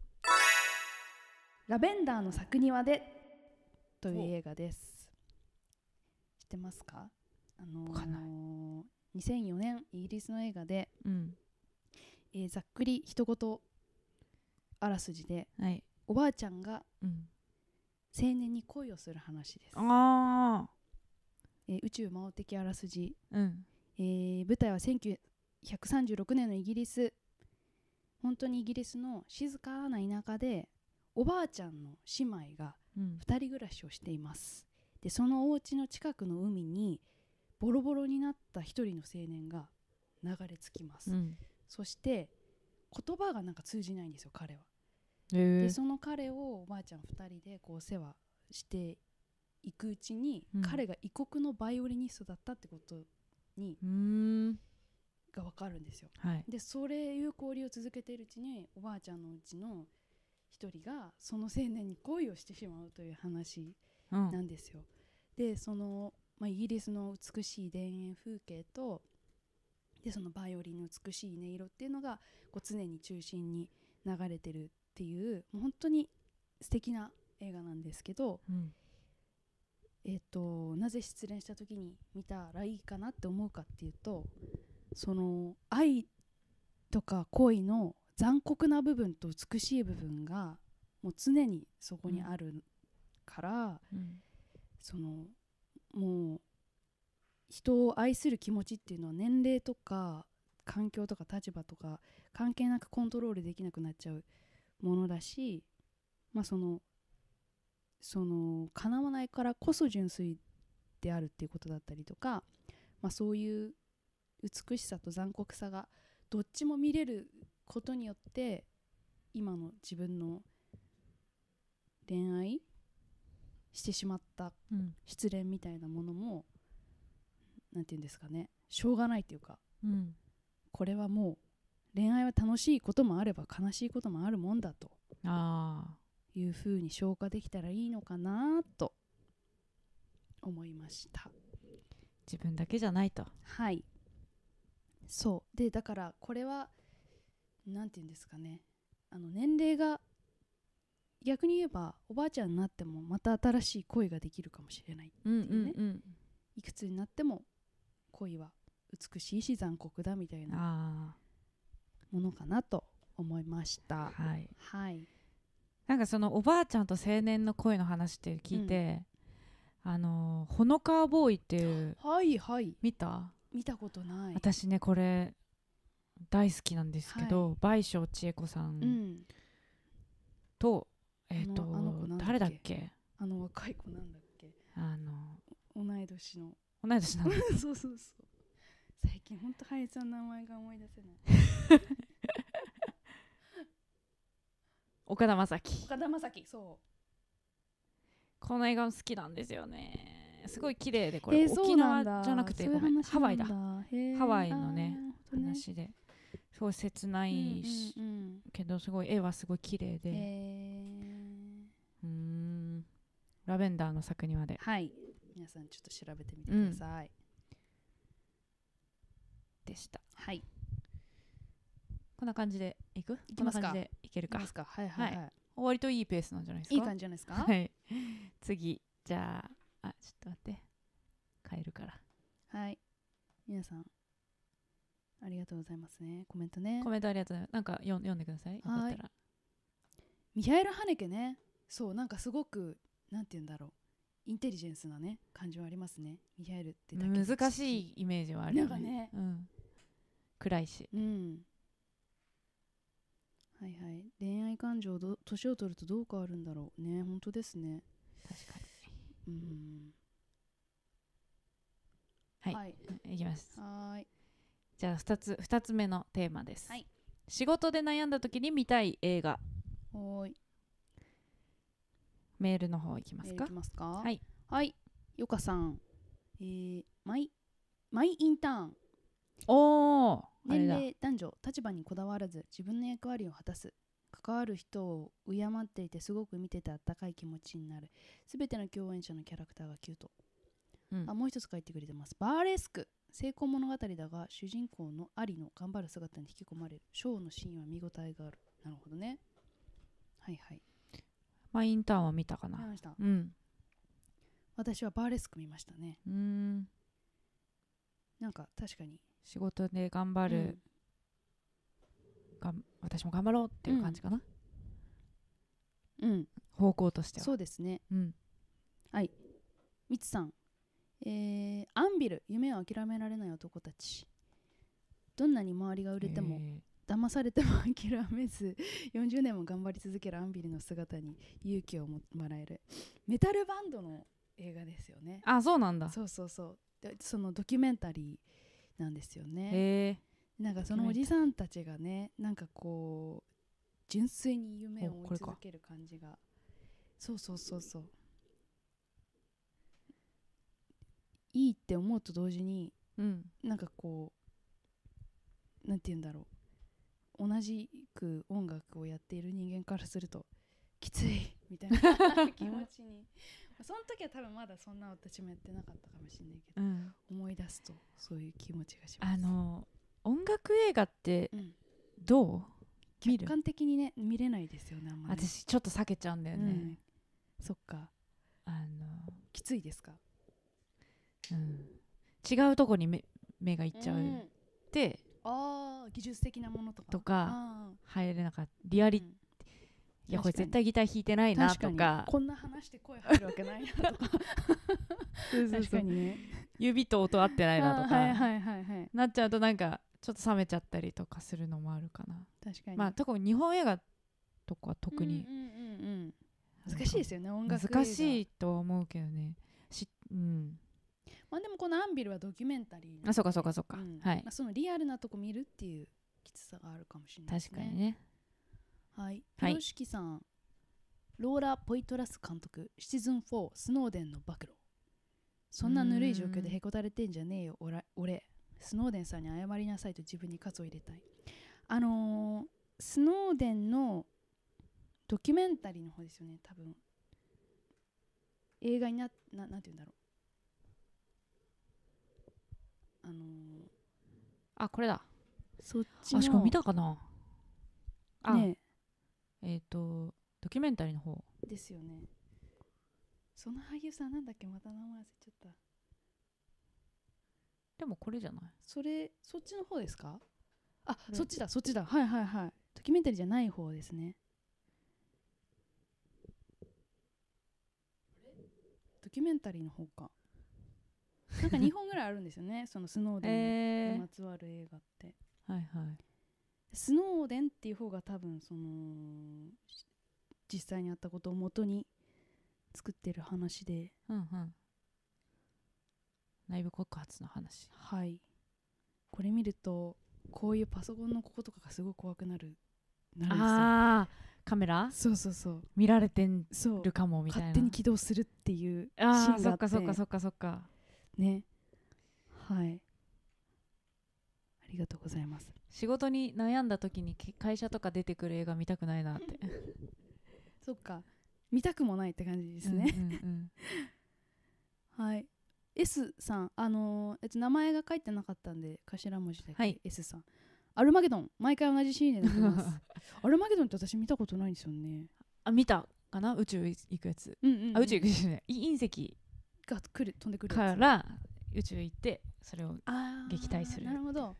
Speaker 2: ラベンダーの作庭でという映画です。知ってますか？あのー
Speaker 3: わかんない
Speaker 2: 2004年イギリスの映画で、
Speaker 3: うん
Speaker 2: えーざっくり一言あらすじで
Speaker 3: はい、
Speaker 2: おばあちゃんが
Speaker 3: うん、
Speaker 2: 青年に恋をする話です。
Speaker 3: ああ
Speaker 2: えー宇宙魔王的あらすじ、
Speaker 3: うん
Speaker 2: えー舞台は1936年のイギリス本当にイギリスの静かな田舎でおばあちゃんの姉妹が
Speaker 3: うん
Speaker 2: 2人暮らしをしていますでそのお家の近くの海にボロボロになった一人の青年が流れ着きます、
Speaker 3: うん
Speaker 2: そして言葉がなんか通じないんですよ彼は、
Speaker 3: へ
Speaker 2: で
Speaker 3: ー
Speaker 2: その彼をおばあちゃん2人でこう世話していくうちに、
Speaker 3: うん
Speaker 2: 彼が異国のバイオリニストだったってことに
Speaker 3: うーん
Speaker 2: が分かるんですよ
Speaker 3: はい
Speaker 2: でそれいう交流を続けているうちにおばあちゃんのうちの一人がその青年に恋をしてしまうという話
Speaker 3: うん
Speaker 2: なんですよ。でその、まあ、イギリスの美しい田園風景とでそのバイオリンの美しい音色っていうのがこう常に中心に流れてるっていうもう本当に素敵な映画なんですけど、
Speaker 3: うん
Speaker 2: えっとなぜ失恋した時に見たらいいかなって思うかっていうとその愛とか恋の残酷な部分と美しい部分がもう常にそこにあるから。
Speaker 3: うん
Speaker 2: そのもう人を愛する気持ちっていうのは年齢とか環境とか立場とか関係なくコントロールできなくなっちゃうものだしまあそのその叶わないからこそ純粋であるっていうことだったりとか、まあ、そういう美しさと残酷さがどっちも見れることによって今の自分の恋愛してしまった
Speaker 3: うん
Speaker 2: 失恋みたいなものもなんて言うんですかねしょうがないっていうか
Speaker 3: うん
Speaker 2: これはもう恋愛は楽しいこともあれば悲しいこともあるもんだと
Speaker 3: ああ
Speaker 2: いうふうに消化できたらいいのかなと思いました
Speaker 3: 自分だけじゃないと
Speaker 2: はいそうでだからこれはなんて言うんですかねあの年齢が逆に言えばおばあちゃんになってもまた新しい恋ができるかもしれない
Speaker 3: うん
Speaker 2: っていうね
Speaker 3: うん
Speaker 2: いくつになっても恋は美しいし残酷だみたいな
Speaker 3: あ
Speaker 2: ものかなと思いまし
Speaker 3: あ
Speaker 2: た。
Speaker 3: はい
Speaker 2: はい。
Speaker 3: なんかそのおばあちゃんと青年の恋の話って聞いて、あのーほのかわボーイっていう
Speaker 2: はいはい。
Speaker 3: 見た、
Speaker 2: 見たことない。
Speaker 3: 私ねこれ大好きなんですけど、倍賞千恵子さ
Speaker 2: うんん。
Speaker 3: と、えっ、と
Speaker 2: あのあの子なんだっけ
Speaker 3: 誰だっけ
Speaker 2: あの若い子なんだっけ。
Speaker 3: あの
Speaker 2: 同い年の。
Speaker 3: 同い年 なんだ
Speaker 2: そうそうそう。最近本当俳優さんの名前が思い出せない。
Speaker 3: 岡田将生
Speaker 2: 岡田将生。そ
Speaker 3: この映画も好きなんですよねすごい綺麗で
Speaker 2: う。
Speaker 3: これ、
Speaker 2: えー
Speaker 3: 沖縄じゃなくて
Speaker 2: そういう
Speaker 3: ごめん
Speaker 2: 話
Speaker 3: ハワイだ
Speaker 2: なんへー
Speaker 3: ハワイ
Speaker 2: あー
Speaker 3: のね
Speaker 2: なるほどね
Speaker 3: 話ですごい切ないし、
Speaker 2: うんうんうん
Speaker 3: けどすごい絵はすごい綺麗で、
Speaker 2: へ
Speaker 3: うーんラベンダーの作にまで
Speaker 2: ーはい。皆さんちょっと調べてみてください。
Speaker 3: でした
Speaker 2: はい。
Speaker 3: こんな感じでいく
Speaker 2: いきますか
Speaker 3: こんな感じでいける
Speaker 2: い
Speaker 3: か
Speaker 2: ますか。はいはいはい。
Speaker 3: 割といいペースなんじゃないですか
Speaker 2: いい感じじゃないですか。
Speaker 3: はい 次じゃああちょっと待って変えるから
Speaker 2: はい。皆さん、ありがとうございますね。コメントね
Speaker 3: コ。メントありがとうございますなんか読ん読んでくださいよかったら
Speaker 2: ミハエル・ハネケね。そう、なんかすごく、なんて言うんだろう。インテリジェンスなね、感じはありますね。ミハエルってだけで
Speaker 3: 難し。いイメージはあるよね
Speaker 2: なんかね
Speaker 3: うん、暗いし
Speaker 2: うん。はいはい。恋愛感情ど、年を取るとどう変わるんだろうね。本当ですね。
Speaker 3: 確か
Speaker 2: うん。
Speaker 3: はい
Speaker 2: はい。
Speaker 3: にいきます
Speaker 2: はーい。
Speaker 3: じゃあ2つ二つ目のテーマです、
Speaker 2: はい
Speaker 3: 仕事で悩んだ時に見たい映画
Speaker 2: はーい。
Speaker 3: メールの方いきま
Speaker 2: メ
Speaker 3: す
Speaker 2: ールいき
Speaker 3: か
Speaker 2: ますか
Speaker 3: はい
Speaker 2: はいゆかさんえー、マイマイインターン
Speaker 3: おおあれ
Speaker 2: 年
Speaker 3: だ
Speaker 2: 齢男女立場にこだわらず自分の役割を果たす関わる人を敬っていてすごく見ててあったかい気持ちになるすべての共演者のキャラクターがキュート、
Speaker 3: うん
Speaker 2: あもう一つ書いてくれてますバーレスク成功物語だが主人公のアリの頑張る姿に引き込まれるショーのシーンは見応えがあるなるほどねはいはい
Speaker 3: まあインターンは見たか
Speaker 2: 見
Speaker 3: な
Speaker 2: ました
Speaker 3: うん
Speaker 2: 私はバーレスク見ましたね
Speaker 3: うーん
Speaker 2: なんか確かに
Speaker 3: 仕事で頑張
Speaker 2: あ
Speaker 3: る、がん私も頑張ろうっていう感じかな、
Speaker 2: うん、
Speaker 3: 方向としては
Speaker 2: そうですね
Speaker 3: うん
Speaker 2: みつさん、えーアンビル夢を諦められない男たちどんなに周りが売れても
Speaker 3: え
Speaker 2: 騙されても諦めず40年も 頑張り続けるアンビルの姿に勇気をももらえるメタルバンドの映画ですよね
Speaker 3: ーあそうなんだ
Speaker 2: そうそうそうでそのドキュメンタリーなんですよね
Speaker 3: へえ
Speaker 2: なんかそのおじさんたちがねなんかこう純粋に夢を
Speaker 3: お
Speaker 2: 追い
Speaker 3: これか
Speaker 2: 続ける感じがそうそうそうそういいって思うと同時に
Speaker 3: うん
Speaker 2: なんかこうなんて言うんだろう同じく音楽をやっている人間からするときついみたいな 気持ちにその時は多分まだそんな私もやってなかったかもしれないけど
Speaker 3: うん
Speaker 2: 思い出すとそういう気持ちがします
Speaker 3: あ、の音楽映画って
Speaker 2: うん、
Speaker 3: どう見
Speaker 2: 客
Speaker 3: る
Speaker 2: 観的にね見れないですよねあんまり、
Speaker 3: 私ちょっと避けちゃうんだよ
Speaker 2: う
Speaker 3: ね
Speaker 2: ん、そっか
Speaker 3: あ
Speaker 2: きついですか
Speaker 3: の、うん、違うとこに目目がいっちゃう、で
Speaker 2: あー技術的なものとか
Speaker 3: とか
Speaker 2: あ
Speaker 3: 入れなかったリア
Speaker 2: ー
Speaker 3: リ、
Speaker 2: うん
Speaker 3: いやこれ
Speaker 2: 確かに
Speaker 3: 絶対ギター弾いてないなと
Speaker 2: 確
Speaker 3: か
Speaker 2: かにこんな話して声入るわけないなとか
Speaker 3: そうそうそう
Speaker 2: 確かにね
Speaker 3: 指と音合ってないなとか、
Speaker 2: あー はいはいはいはい
Speaker 3: なっちゃうとなんかちょっと冷めちゃったりとかするのもあるかな、
Speaker 2: 確かに
Speaker 3: まあ特に日本映画とかは特に
Speaker 2: うんうんうんうん難しいですよね音楽
Speaker 3: 難し
Speaker 2: い
Speaker 3: いとは思うけどねしうん
Speaker 2: まあでもこのアンビルはドキュメンタリーなんで
Speaker 3: あそうかそうかそうか、
Speaker 2: うん
Speaker 3: はい
Speaker 2: まあそのリアルなとこ見るっていうきつさがあるかもしれないです
Speaker 3: 確かにね
Speaker 2: はい。
Speaker 3: は
Speaker 2: はいい、しきさん、ローラ・ポイトラス監督、シチズン4、スノーデンの暴露。そんなぬるい状況でへこたれてんじゃねえよ、おら俺。スノーデンさんに謝りなさいと自分に喝を入れたい。あのースノーデンのドキュメンタリーの方ですよね、多分。映画にな、ななんて言うんだろう。あのー
Speaker 3: あこれだ
Speaker 2: そっちの
Speaker 3: あしかも見たかなあ、
Speaker 2: ね
Speaker 3: えっ、とドキュメンタリーの方
Speaker 2: ですよねその俳優さんなんだっけまた名前忘れちゃった
Speaker 3: でもこれじゃない
Speaker 2: それそっちの方ですかあ
Speaker 3: れ
Speaker 2: そっちだそっちだはいはいはいドキュメンタリーじゃない方ですねドキュメンタリーの方かなんか2本ぐらいあるんですよね そのスノーデン
Speaker 3: え
Speaker 2: に
Speaker 3: ー
Speaker 2: まつわる映画って、
Speaker 3: はいはい
Speaker 2: スノーデンっていう方が多分そのし実際にあったことを元に作ってる話で
Speaker 3: うんうん内部告発の話
Speaker 2: はいこれ見るとこういうパソコンのこことかがすごい怖くなるなるんですよ
Speaker 3: ああカメラ
Speaker 2: そうそうそう
Speaker 3: 見られてん
Speaker 2: そう
Speaker 3: るかもみたいな
Speaker 2: 勝手に起動するっていうシー
Speaker 3: ああ
Speaker 2: ンが
Speaker 3: そ
Speaker 2: あ
Speaker 3: っ
Speaker 2: って
Speaker 3: かそっかそっかそっか
Speaker 2: ねはいありがとうございます
Speaker 3: 仕事に悩んだ時にけ会社とか出てくる映画見たくないなって
Speaker 2: そっか見たくもないって感じですね、
Speaker 3: うんうんうん
Speaker 2: はい S さんあのーえっと名前が書いてなかったんで頭文字だけ、
Speaker 3: はい
Speaker 2: S さんアルマゲドン毎回同じシーンで泣きます アルマゲドンって私見たことないんですよね
Speaker 3: あ見たかな宇宙行くやつ、
Speaker 2: うんうん、うん、
Speaker 3: あ宇宙行くやつじゃないい隕石
Speaker 2: が来る飛んでくるやつ
Speaker 3: から宇宙行ってそれを
Speaker 2: あー
Speaker 3: 撃退する
Speaker 2: なるほど、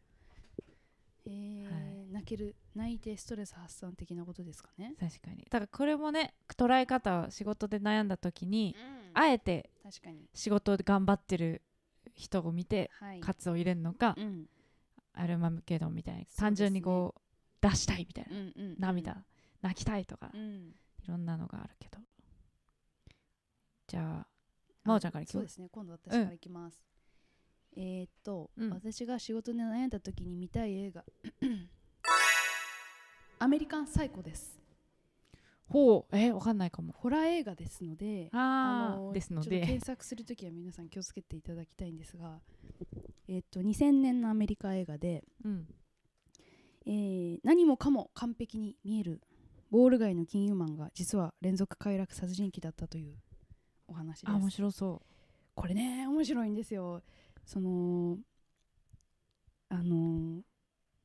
Speaker 2: えー
Speaker 3: は
Speaker 2: 泣ける泣いてストレス発散的なことですかね、
Speaker 3: 確かにだからこれもね捉え方は仕事で悩んだ時にあえて
Speaker 2: 確かに
Speaker 3: 仕事で頑張ってる人を見て
Speaker 2: はい
Speaker 3: カツを入れるのか、
Speaker 2: うん
Speaker 3: アルマゲドンみたいな、
Speaker 2: すね
Speaker 3: 単純にこう出したいみたいな、
Speaker 2: うんうん
Speaker 3: 涙泣きたいとか、
Speaker 2: う
Speaker 3: い
Speaker 2: ん
Speaker 3: ろんなのがあるけどじゃあ真央ちゃんから行く
Speaker 2: そうですね今度私からいきます、えー、っと、
Speaker 3: うん
Speaker 2: 私が仕事で悩んだ時に見たい映画 アメリカンサイコです
Speaker 3: ほうえわかんないかも
Speaker 2: ホラー映画ですので
Speaker 3: あ
Speaker 2: あ
Speaker 3: ー
Speaker 2: の
Speaker 3: ですの
Speaker 2: ちょっと
Speaker 3: で
Speaker 2: 検索するときは皆さん気をつけていただきたいんですが、えーっと2000年のアメリカ映画で、
Speaker 3: うん
Speaker 2: えー何もかも完璧に見えるボール街の金融マンが実は連続快楽殺人鬼だったというお話で
Speaker 3: あ面
Speaker 2: す
Speaker 3: 白そ
Speaker 2: これね面白いんですよそのあの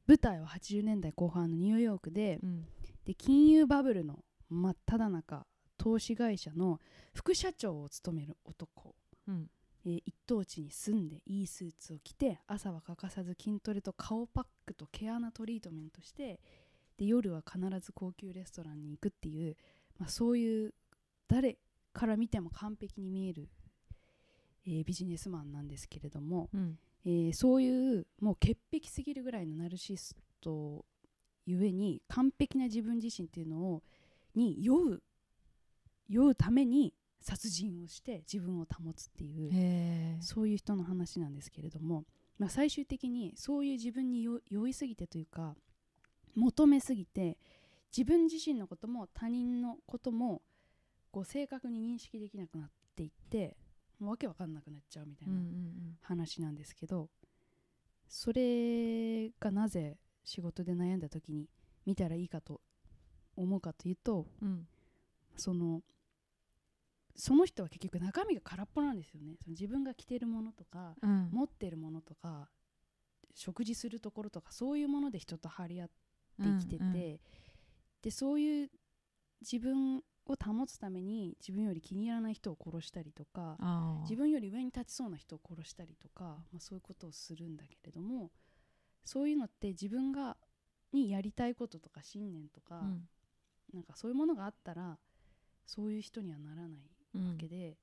Speaker 2: 舞台は80年代後半のニューヨークで
Speaker 3: う、うん、
Speaker 2: で金融バブルの真っ只中投資会社の副社長を務める男、
Speaker 3: うん
Speaker 2: えー一等地に住んでいいスーツを着て朝は欠かさず筋トレと顔パックと毛穴トリートメントしてで夜は必ず高級レストランに行くっていう、まあ、そういう誰から見ても完璧に見える、えービジネスマンなんですけれども、
Speaker 3: うん、
Speaker 2: えーそういうもう潔癖すぎるぐらいのナルシストゆえに完璧な自分自身っていうのをに酔う酔うために殺人をして自分を保つっていう
Speaker 3: へえ
Speaker 2: そういう人の話なんですけれども、まあ、最終的にそういう自分に酔酔いすぎてというか求めすぎて自分自身のことも他人のこともこう正確に認識できなくなっていってもうわけわかんなくなっちゃうみたい
Speaker 3: うん
Speaker 2: な
Speaker 3: うんうん
Speaker 2: 話なんですけどそれがなぜ仕事で悩んだ時に見たらいいかと思うかというと
Speaker 3: うん
Speaker 2: そのその人は結局中身が空っぽなんですよねその自分が着てるものとか
Speaker 3: うん
Speaker 2: 持ってるものとか食事するところとかそういうもので人と張り合って
Speaker 3: う
Speaker 2: 生
Speaker 3: ん
Speaker 2: きてて、
Speaker 3: うん
Speaker 2: でそういう自分を保つために自分より気に入らない人を殺したりとか
Speaker 3: あー
Speaker 2: 自分より上に立ちそうな人を殺したりとか、まあ、そういうことをするんだけれどもそういうのって自分がにやりたいこととか信念とか、
Speaker 3: うん
Speaker 2: なんかそういうものがあったらそういう人にはならない
Speaker 3: うん
Speaker 2: わけで、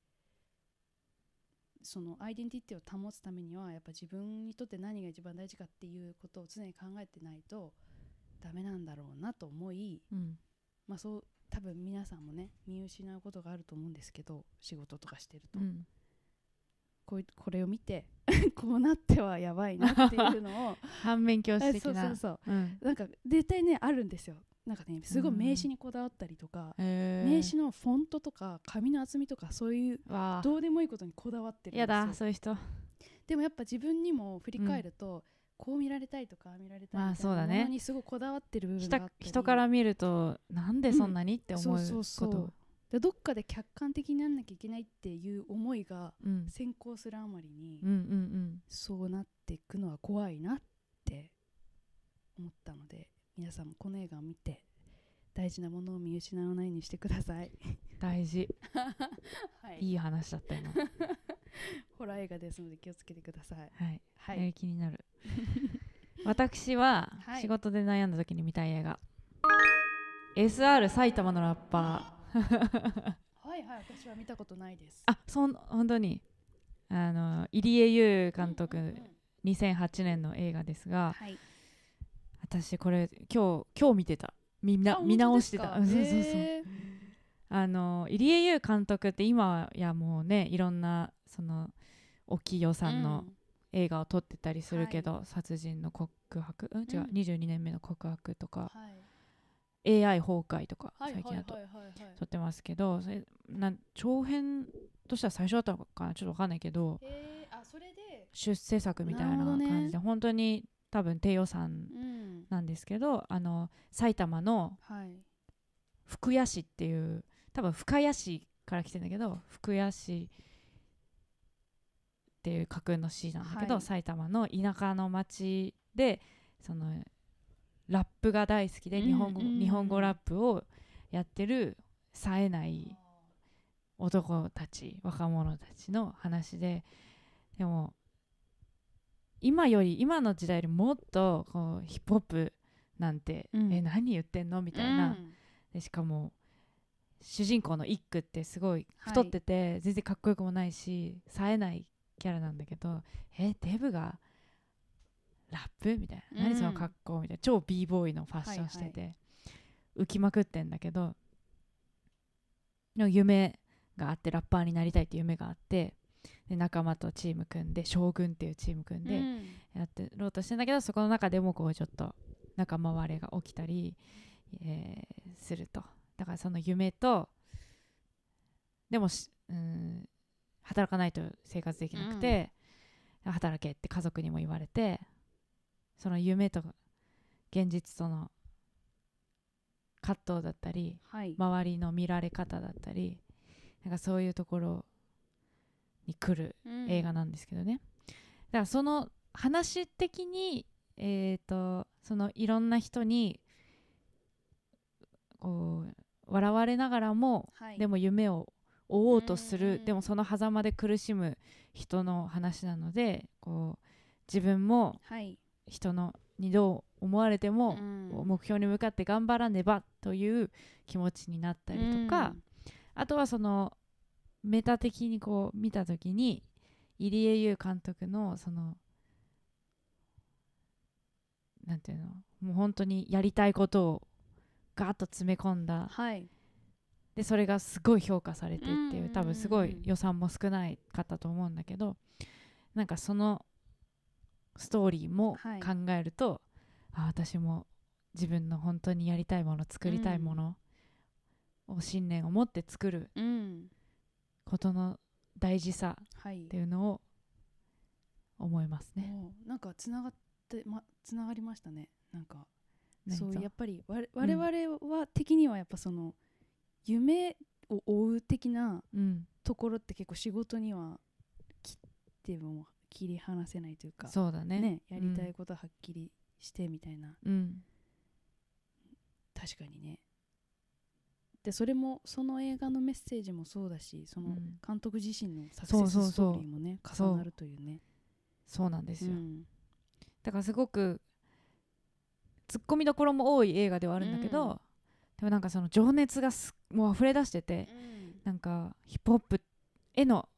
Speaker 2: そのアイデンティティを保つためにはやっぱ自分にとって何が一番大事かっていうことを常に考えてないとダメなんだろうなと思い、
Speaker 3: うん
Speaker 2: まあ、そう多分皆さんもね見失うことがあると思うんですけど仕事とかしてると。
Speaker 3: うん
Speaker 2: こういこれを見て こうなってはやばいなっていう のを
Speaker 3: 反面教師
Speaker 2: あ
Speaker 3: 的
Speaker 2: そう
Speaker 3: な
Speaker 2: そうそう
Speaker 3: うん
Speaker 2: なんか絶対ねあるんですよなんかねすごい
Speaker 3: うん
Speaker 2: 名刺にこだわったりとか、
Speaker 3: へー
Speaker 2: 名刺のフォントとか紙の厚みとかそういう
Speaker 3: わあ
Speaker 2: どうでもいいことにこだわってるん
Speaker 3: やだ
Speaker 2: ですよ
Speaker 3: そういう人
Speaker 2: でもやっぱ自分にも振り返ると、こう見られたいとかああ見られたい
Speaker 3: まあ
Speaker 2: みたい
Speaker 3: そう
Speaker 2: な
Speaker 3: だ
Speaker 2: も
Speaker 3: ね
Speaker 2: のにすごいこだわってる部分があった
Speaker 3: 人
Speaker 2: り
Speaker 3: 人から見るとなんでそんなにって思う
Speaker 2: そうそう
Speaker 3: こ
Speaker 2: そ
Speaker 3: と
Speaker 2: うでどっかで客観的になんなきゃいけないっていう思いが
Speaker 3: うん
Speaker 2: 先行するあまりに、
Speaker 3: うんうん
Speaker 2: そうなっていくのは怖いなって思ったので皆さんもこの映画を見て大事なものを見失わないようにしてください、
Speaker 3: うん大事
Speaker 2: はい
Speaker 3: いい話だった 今
Speaker 2: ホラー映画ですので気をつけてください
Speaker 3: はい
Speaker 2: は
Speaker 3: え
Speaker 2: い
Speaker 3: ー気になる 私は
Speaker 2: はい
Speaker 3: 仕事で悩んだ時に見たい映画 SR 埼玉のラッパー
Speaker 2: はいはい私は見たことないです
Speaker 3: あそん本当にあの入江優監督、
Speaker 2: うんうんうん
Speaker 3: 2008年の映画ですが
Speaker 2: はい
Speaker 3: 私これ今日今日見てたみんな
Speaker 2: あ
Speaker 3: 見直してた
Speaker 2: 本当
Speaker 3: そう
Speaker 2: です
Speaker 3: そ
Speaker 2: か
Speaker 3: うそう
Speaker 2: へー
Speaker 3: あの入江優監督って今やもうねいろんなその沖予算の映画を撮ってたりするけど、殺人の告白、うん、違う、
Speaker 2: うん
Speaker 3: 22年目の告白と
Speaker 2: うん
Speaker 3: か、
Speaker 2: はい
Speaker 3: AI 崩壊とか
Speaker 2: はい
Speaker 3: 最近だと
Speaker 2: はいはいはいはい
Speaker 3: 撮ってますけどそれなん長編としては最初だったのかなちょっとわかんないけど
Speaker 2: へーあそれで
Speaker 3: 出世作みたいな
Speaker 2: なるほど
Speaker 3: 感
Speaker 2: ね
Speaker 3: じで、本当に多分低予算
Speaker 2: うん
Speaker 3: なんですけどあの埼玉の
Speaker 2: はい
Speaker 3: 福谷市っていう多分深谷市から来てんだけど福谷市っていう架空の市なんだけど、
Speaker 2: はい
Speaker 3: 埼玉の田舎の町でそのラップが大好きで
Speaker 2: うん
Speaker 3: 日本語、
Speaker 2: うん
Speaker 3: 日本語ラップをやってる冴えない男たち若者たちの話ででも今より今の時代よりもっとこうヒップホップなんて、
Speaker 2: うん
Speaker 3: え何言ってんのみ
Speaker 2: み
Speaker 3: たいな、でしかも主人公のイックってすごい
Speaker 2: はい
Speaker 3: 太ってて、全然かっこよくもないし冴えないキャラなんだけどえデブがラップみたいな
Speaker 2: うん
Speaker 3: 何その格好みたいな、超 b ボーイのファッションしてて、浮きまくってんだけどでも夢があってラッパーになりたいって夢があってで仲間とチーム組んで将軍っていうチーム組んで、やってろうとしてんだけどそこの中でもこうちょっと仲間割れが起きたり、えーするとだからその夢とでもしうん働かないと生活できなくて、働けって家族にも言われてその夢と現実との葛藤だったり
Speaker 2: はい、
Speaker 3: 周りの見られ方だったりなんかそういうところに来る映画なんですけどね、だからその話的にえっ、とそのいろんな人にこう笑われながらも、
Speaker 2: はい
Speaker 3: でも夢を追おうとす
Speaker 2: うんうん
Speaker 3: る、
Speaker 2: うん
Speaker 3: でもその狭間で苦しむ人の話なのでこう自分も
Speaker 2: はい、
Speaker 3: 人のにどう思われても、
Speaker 2: ん
Speaker 3: 目標に向かって頑張らねばという気持ちになったりとか、あとはそのメタ的にこう見た時に入江優監督のそのなんていうのもう本当にやりたいことをガーッと詰め込ん
Speaker 2: うん
Speaker 3: だ
Speaker 2: はい、
Speaker 3: でそれがすごい評価されてっていう,、
Speaker 2: うんうんうんうん
Speaker 3: 多分すごい予算も少ないかったと思うんだけどなんかそのストーリーも
Speaker 2: はい
Speaker 3: 考えると、あ私も自分の本当にやりたいもの作りたいものを信念を持って作る
Speaker 2: うん、
Speaker 3: ことの大事さ
Speaker 2: はい
Speaker 3: っていうのを思いますね。
Speaker 2: おーなんかつながってまつながりましたねなんか
Speaker 3: 何
Speaker 2: そう
Speaker 3: ぞ
Speaker 2: やっぱり我我々は的にはやっぱその、夢を追う的な
Speaker 3: うん、
Speaker 2: ところって結構仕事には切っても切り離せないというか
Speaker 3: そうだね。
Speaker 2: ねやりたいことははっきりしてみたいな、
Speaker 3: うん、
Speaker 2: 確かにねでそれもその映画のメッセージもそうだしそうの
Speaker 3: ん
Speaker 2: 監督自身のサク
Speaker 3: そう
Speaker 2: セ
Speaker 3: そう
Speaker 2: ス
Speaker 3: そう
Speaker 2: ストーリーもね
Speaker 3: そう
Speaker 2: 重なるというね
Speaker 3: そうなんですよ。
Speaker 2: うん
Speaker 3: だからすごくツッコミどころも多い映画ではあるんだけど、
Speaker 2: うん
Speaker 3: でもなんかその情熱がすもう溢れ出してて、なんかヒップホップへの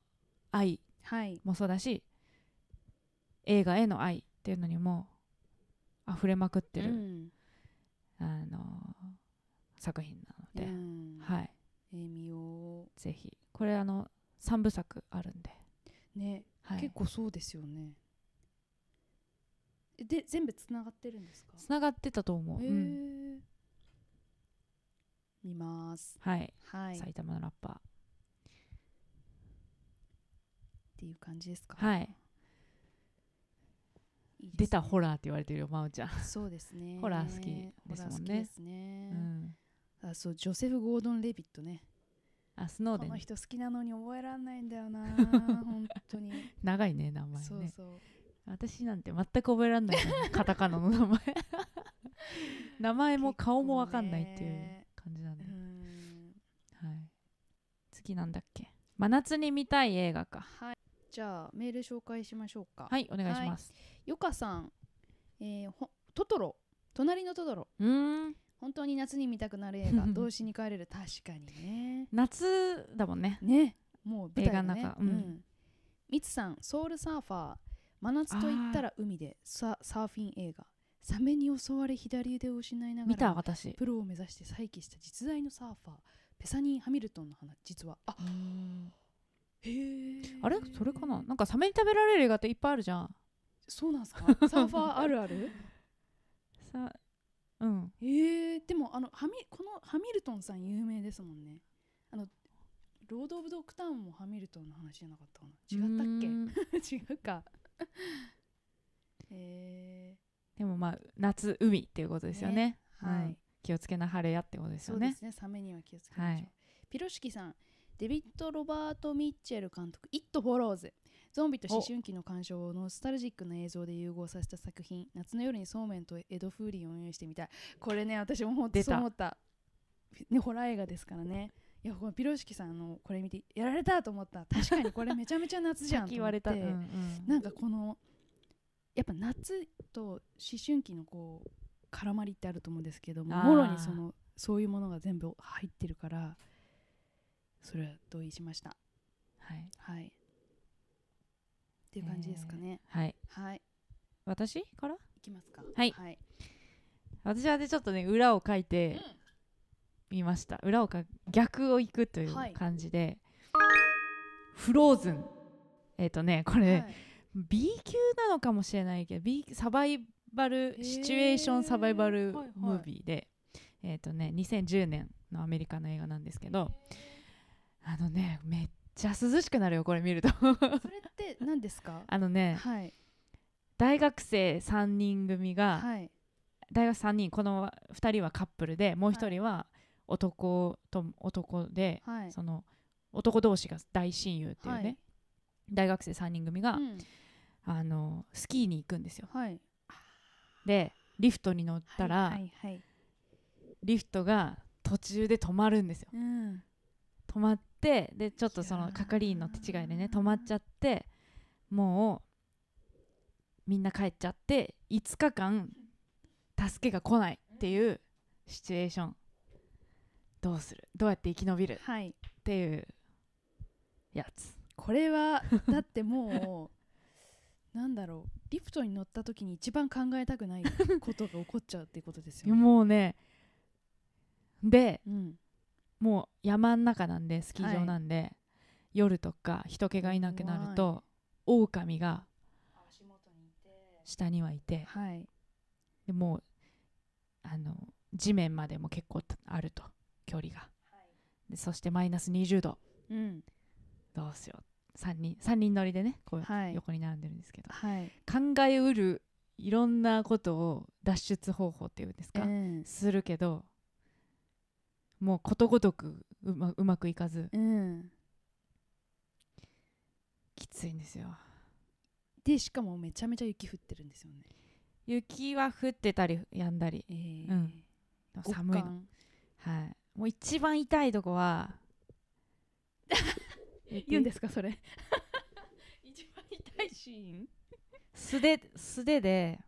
Speaker 3: 愛
Speaker 2: はい
Speaker 3: もそうだし映画への愛っていうのにも溢れまくってる、
Speaker 2: うん
Speaker 3: あの作品なので、
Speaker 2: うん
Speaker 3: はい
Speaker 2: えー見よ
Speaker 3: ぜひこれあの3部作あるんで、
Speaker 2: うね、
Speaker 3: はい、
Speaker 2: 結構そうですよねえで全部つながってるんですか
Speaker 3: つながってたと思う、
Speaker 2: へ
Speaker 3: う
Speaker 2: え
Speaker 3: ん
Speaker 2: 見ます
Speaker 3: はい、
Speaker 2: はいっ
Speaker 3: 埼玉のラッパ
Speaker 2: ていう感じですか
Speaker 3: ーはい
Speaker 2: いいですね
Speaker 3: 出たホラーって言われてるよまおちゃん、
Speaker 2: そうですね
Speaker 3: ホラー好きで
Speaker 2: ホ
Speaker 3: すもんね
Speaker 2: ラー好きです
Speaker 3: う
Speaker 2: ね
Speaker 3: ん、
Speaker 2: あそうジョセフ・ゴードン・レビットね
Speaker 3: あスノー
Speaker 2: こ
Speaker 3: デン
Speaker 2: の人好きなのに覚えらんないんだ よな本当に、
Speaker 3: 長いね名前ね
Speaker 2: そうそう
Speaker 3: 私なんて全く覚えられないからねカタカナの名 前名前も顔もわかんないっていう感じなん
Speaker 2: う
Speaker 3: で、
Speaker 2: ーん
Speaker 3: はい、次なんだっけ真夏に見たい映画か
Speaker 2: はいじゃあメール紹介しましょうか
Speaker 3: はいお願いします、
Speaker 2: よかさん、えーほトトロ隣のトトロ
Speaker 3: うーん
Speaker 2: 本当に夏に見たくなる映 画童心に帰れる確かにね
Speaker 3: 夏だもんね
Speaker 2: ねもう舞台だね
Speaker 3: 映画の中うん
Speaker 2: みつさんソウルサーファー真夏と言ったら海でササーフィン映画サメに襲われ左腕を失いながら
Speaker 3: 見た私
Speaker 2: プロを目指して再起した実在のサーファーペサニー・ハミルトンの話実はあへえ
Speaker 3: あれそれかななんかサメに食べられる映画っていっぱいあるじゃん
Speaker 2: そうなん ですかサーファーあるある
Speaker 3: さうん
Speaker 2: へえでもあのハミこのハミルトンさん有名ですもんねあのロード・オブ・ドッグタウンもハミルトンの話じゃなかったかな違
Speaker 3: うーん
Speaker 2: ったっけ 違うかへえ
Speaker 3: でもまあ夏海っていうことですよね
Speaker 2: はい、
Speaker 3: うん気をつけな晴れやってことです
Speaker 2: そ
Speaker 3: よ
Speaker 2: うで
Speaker 3: ね
Speaker 2: すねサメには気をつけましょう、
Speaker 3: はい
Speaker 2: ピロシキさんデビッド・ロバート・ミッチェル監督「イット・フォローズ」ゾンビと思春期の鑑賞をノスタルジックな映像で融合させた作品夏の夜にそうめんと江戸風鈴を用意してみたいこれね私も本当
Speaker 3: 出た
Speaker 2: そう思ったね、ホラー映画ですからねいやこのピロシキさんあのこれ見てやられたと思った確かにこれめちゃめちゃ夏じ
Speaker 3: さ
Speaker 2: ゃ
Speaker 3: っ
Speaker 2: んと
Speaker 3: き言
Speaker 2: 思
Speaker 3: わ
Speaker 2: って
Speaker 3: れた、うんうん
Speaker 2: なんかこのやっぱ夏と思春期のこう絡まりってあると思うんですけども
Speaker 3: あー
Speaker 2: もろにそのそういうものが全部入ってるからそれは同意しました
Speaker 3: はい
Speaker 2: はいっていう感じですかね、
Speaker 3: はい
Speaker 2: はい
Speaker 3: 私から
Speaker 2: いきますか
Speaker 3: はい
Speaker 2: はい、
Speaker 3: 私はねちょっとね裏を書いてみました、裏をか逆を行くという
Speaker 2: はい
Speaker 3: 感じで「フローズン」えっ、とねこ
Speaker 2: は
Speaker 3: れ、
Speaker 2: い
Speaker 3: B 級なのかもしれないけど、B、サバイバ
Speaker 2: へ
Speaker 3: ル
Speaker 2: ー
Speaker 3: シチュエーションサバイバルム
Speaker 2: はいはい
Speaker 3: ービーで、えっ、とね2010年のアメリカの映画なんですけどあのねめっちゃ涼しくなるよこれ見ると
Speaker 2: それって何ですか
Speaker 3: あのね
Speaker 2: はい
Speaker 3: 大学生3人組が、
Speaker 2: はい
Speaker 3: 大学3人この2人はカップルでもう1人は男と男で、
Speaker 2: はい
Speaker 3: その男同士が大親友っていうね、
Speaker 2: はい
Speaker 3: 大学生3人組が、
Speaker 2: うん
Speaker 3: あのスキーに行くんですよ
Speaker 2: はい
Speaker 3: でリフトに乗った
Speaker 2: はい
Speaker 3: ら、
Speaker 2: はいはい
Speaker 3: リフトが途中で止まるんですよ
Speaker 2: うん
Speaker 3: 止まってでちょっとそ
Speaker 2: いや
Speaker 3: の
Speaker 2: ー
Speaker 3: 係員の手違いでね止まっちゃってもうみんな帰っちゃって5日間助けが来ないっていうシチュエーションどうするどうやって生き延びる
Speaker 2: はい
Speaker 3: っていうやつ
Speaker 2: これはだってもうなんだろうリフトに乗った時に一番考えたくないことが起こっちゃうっていうことですよね。
Speaker 3: もうねで
Speaker 2: うん、
Speaker 3: もう山ん中なんでスキー場なんで、夜とか人気がいなくなると狼が下にはいて
Speaker 2: はい
Speaker 3: でもうあの地面までも結構たあると距離が、でそしてマイナス20度
Speaker 2: うん
Speaker 3: どうしよう3人三人乗りでねこう、
Speaker 2: はい
Speaker 3: 横に並んでるんですけど
Speaker 2: はい、
Speaker 3: 考えうるいろんなことを脱出方法っていうんです
Speaker 2: う
Speaker 3: か、
Speaker 2: ん
Speaker 3: するけどもうことごとくうまうまくいかず
Speaker 2: うん、
Speaker 3: きついんですよ
Speaker 2: でしかもめちゃめちゃ雪降ってるんですよね。
Speaker 3: 雪は降ってたりやんだり
Speaker 2: えー
Speaker 3: うん寒いの、はい、もう一番痛いとこ は
Speaker 2: 言うん
Speaker 3: す
Speaker 2: ですかそれ一番痛いシーン
Speaker 3: 素手素手で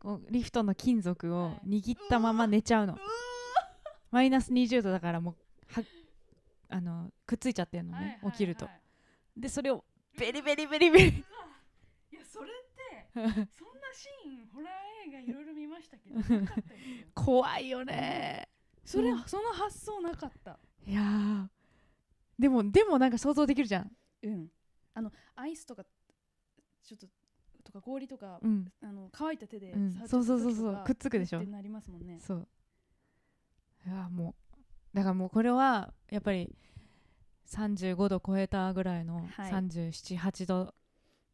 Speaker 3: こうリフトの金属を握ったまま寝ちゃうの、マイナス20度だからもうはあのくっついちゃってるのね、起きるとでそれ をベリベリベリベリ
Speaker 2: いやそれってそんなシーンホラー映画いろいろ見ましたけどなかったですよ
Speaker 3: 怖いよね
Speaker 2: それ、
Speaker 3: うん
Speaker 2: その発想なかった
Speaker 3: いやーでもでもなんか想像できるじゃん、
Speaker 2: うんあのアイスとかちょっととか氷とか、
Speaker 3: うん
Speaker 2: あの乾いた手で
Speaker 3: うん
Speaker 2: 触っちゃった時とか、
Speaker 3: そうそうそうそうくっつくでしょ
Speaker 2: ってなりますもんね
Speaker 3: そういやーもうだからもうこれはやっぱり35度超えたぐらいの
Speaker 2: はい
Speaker 3: 378、8度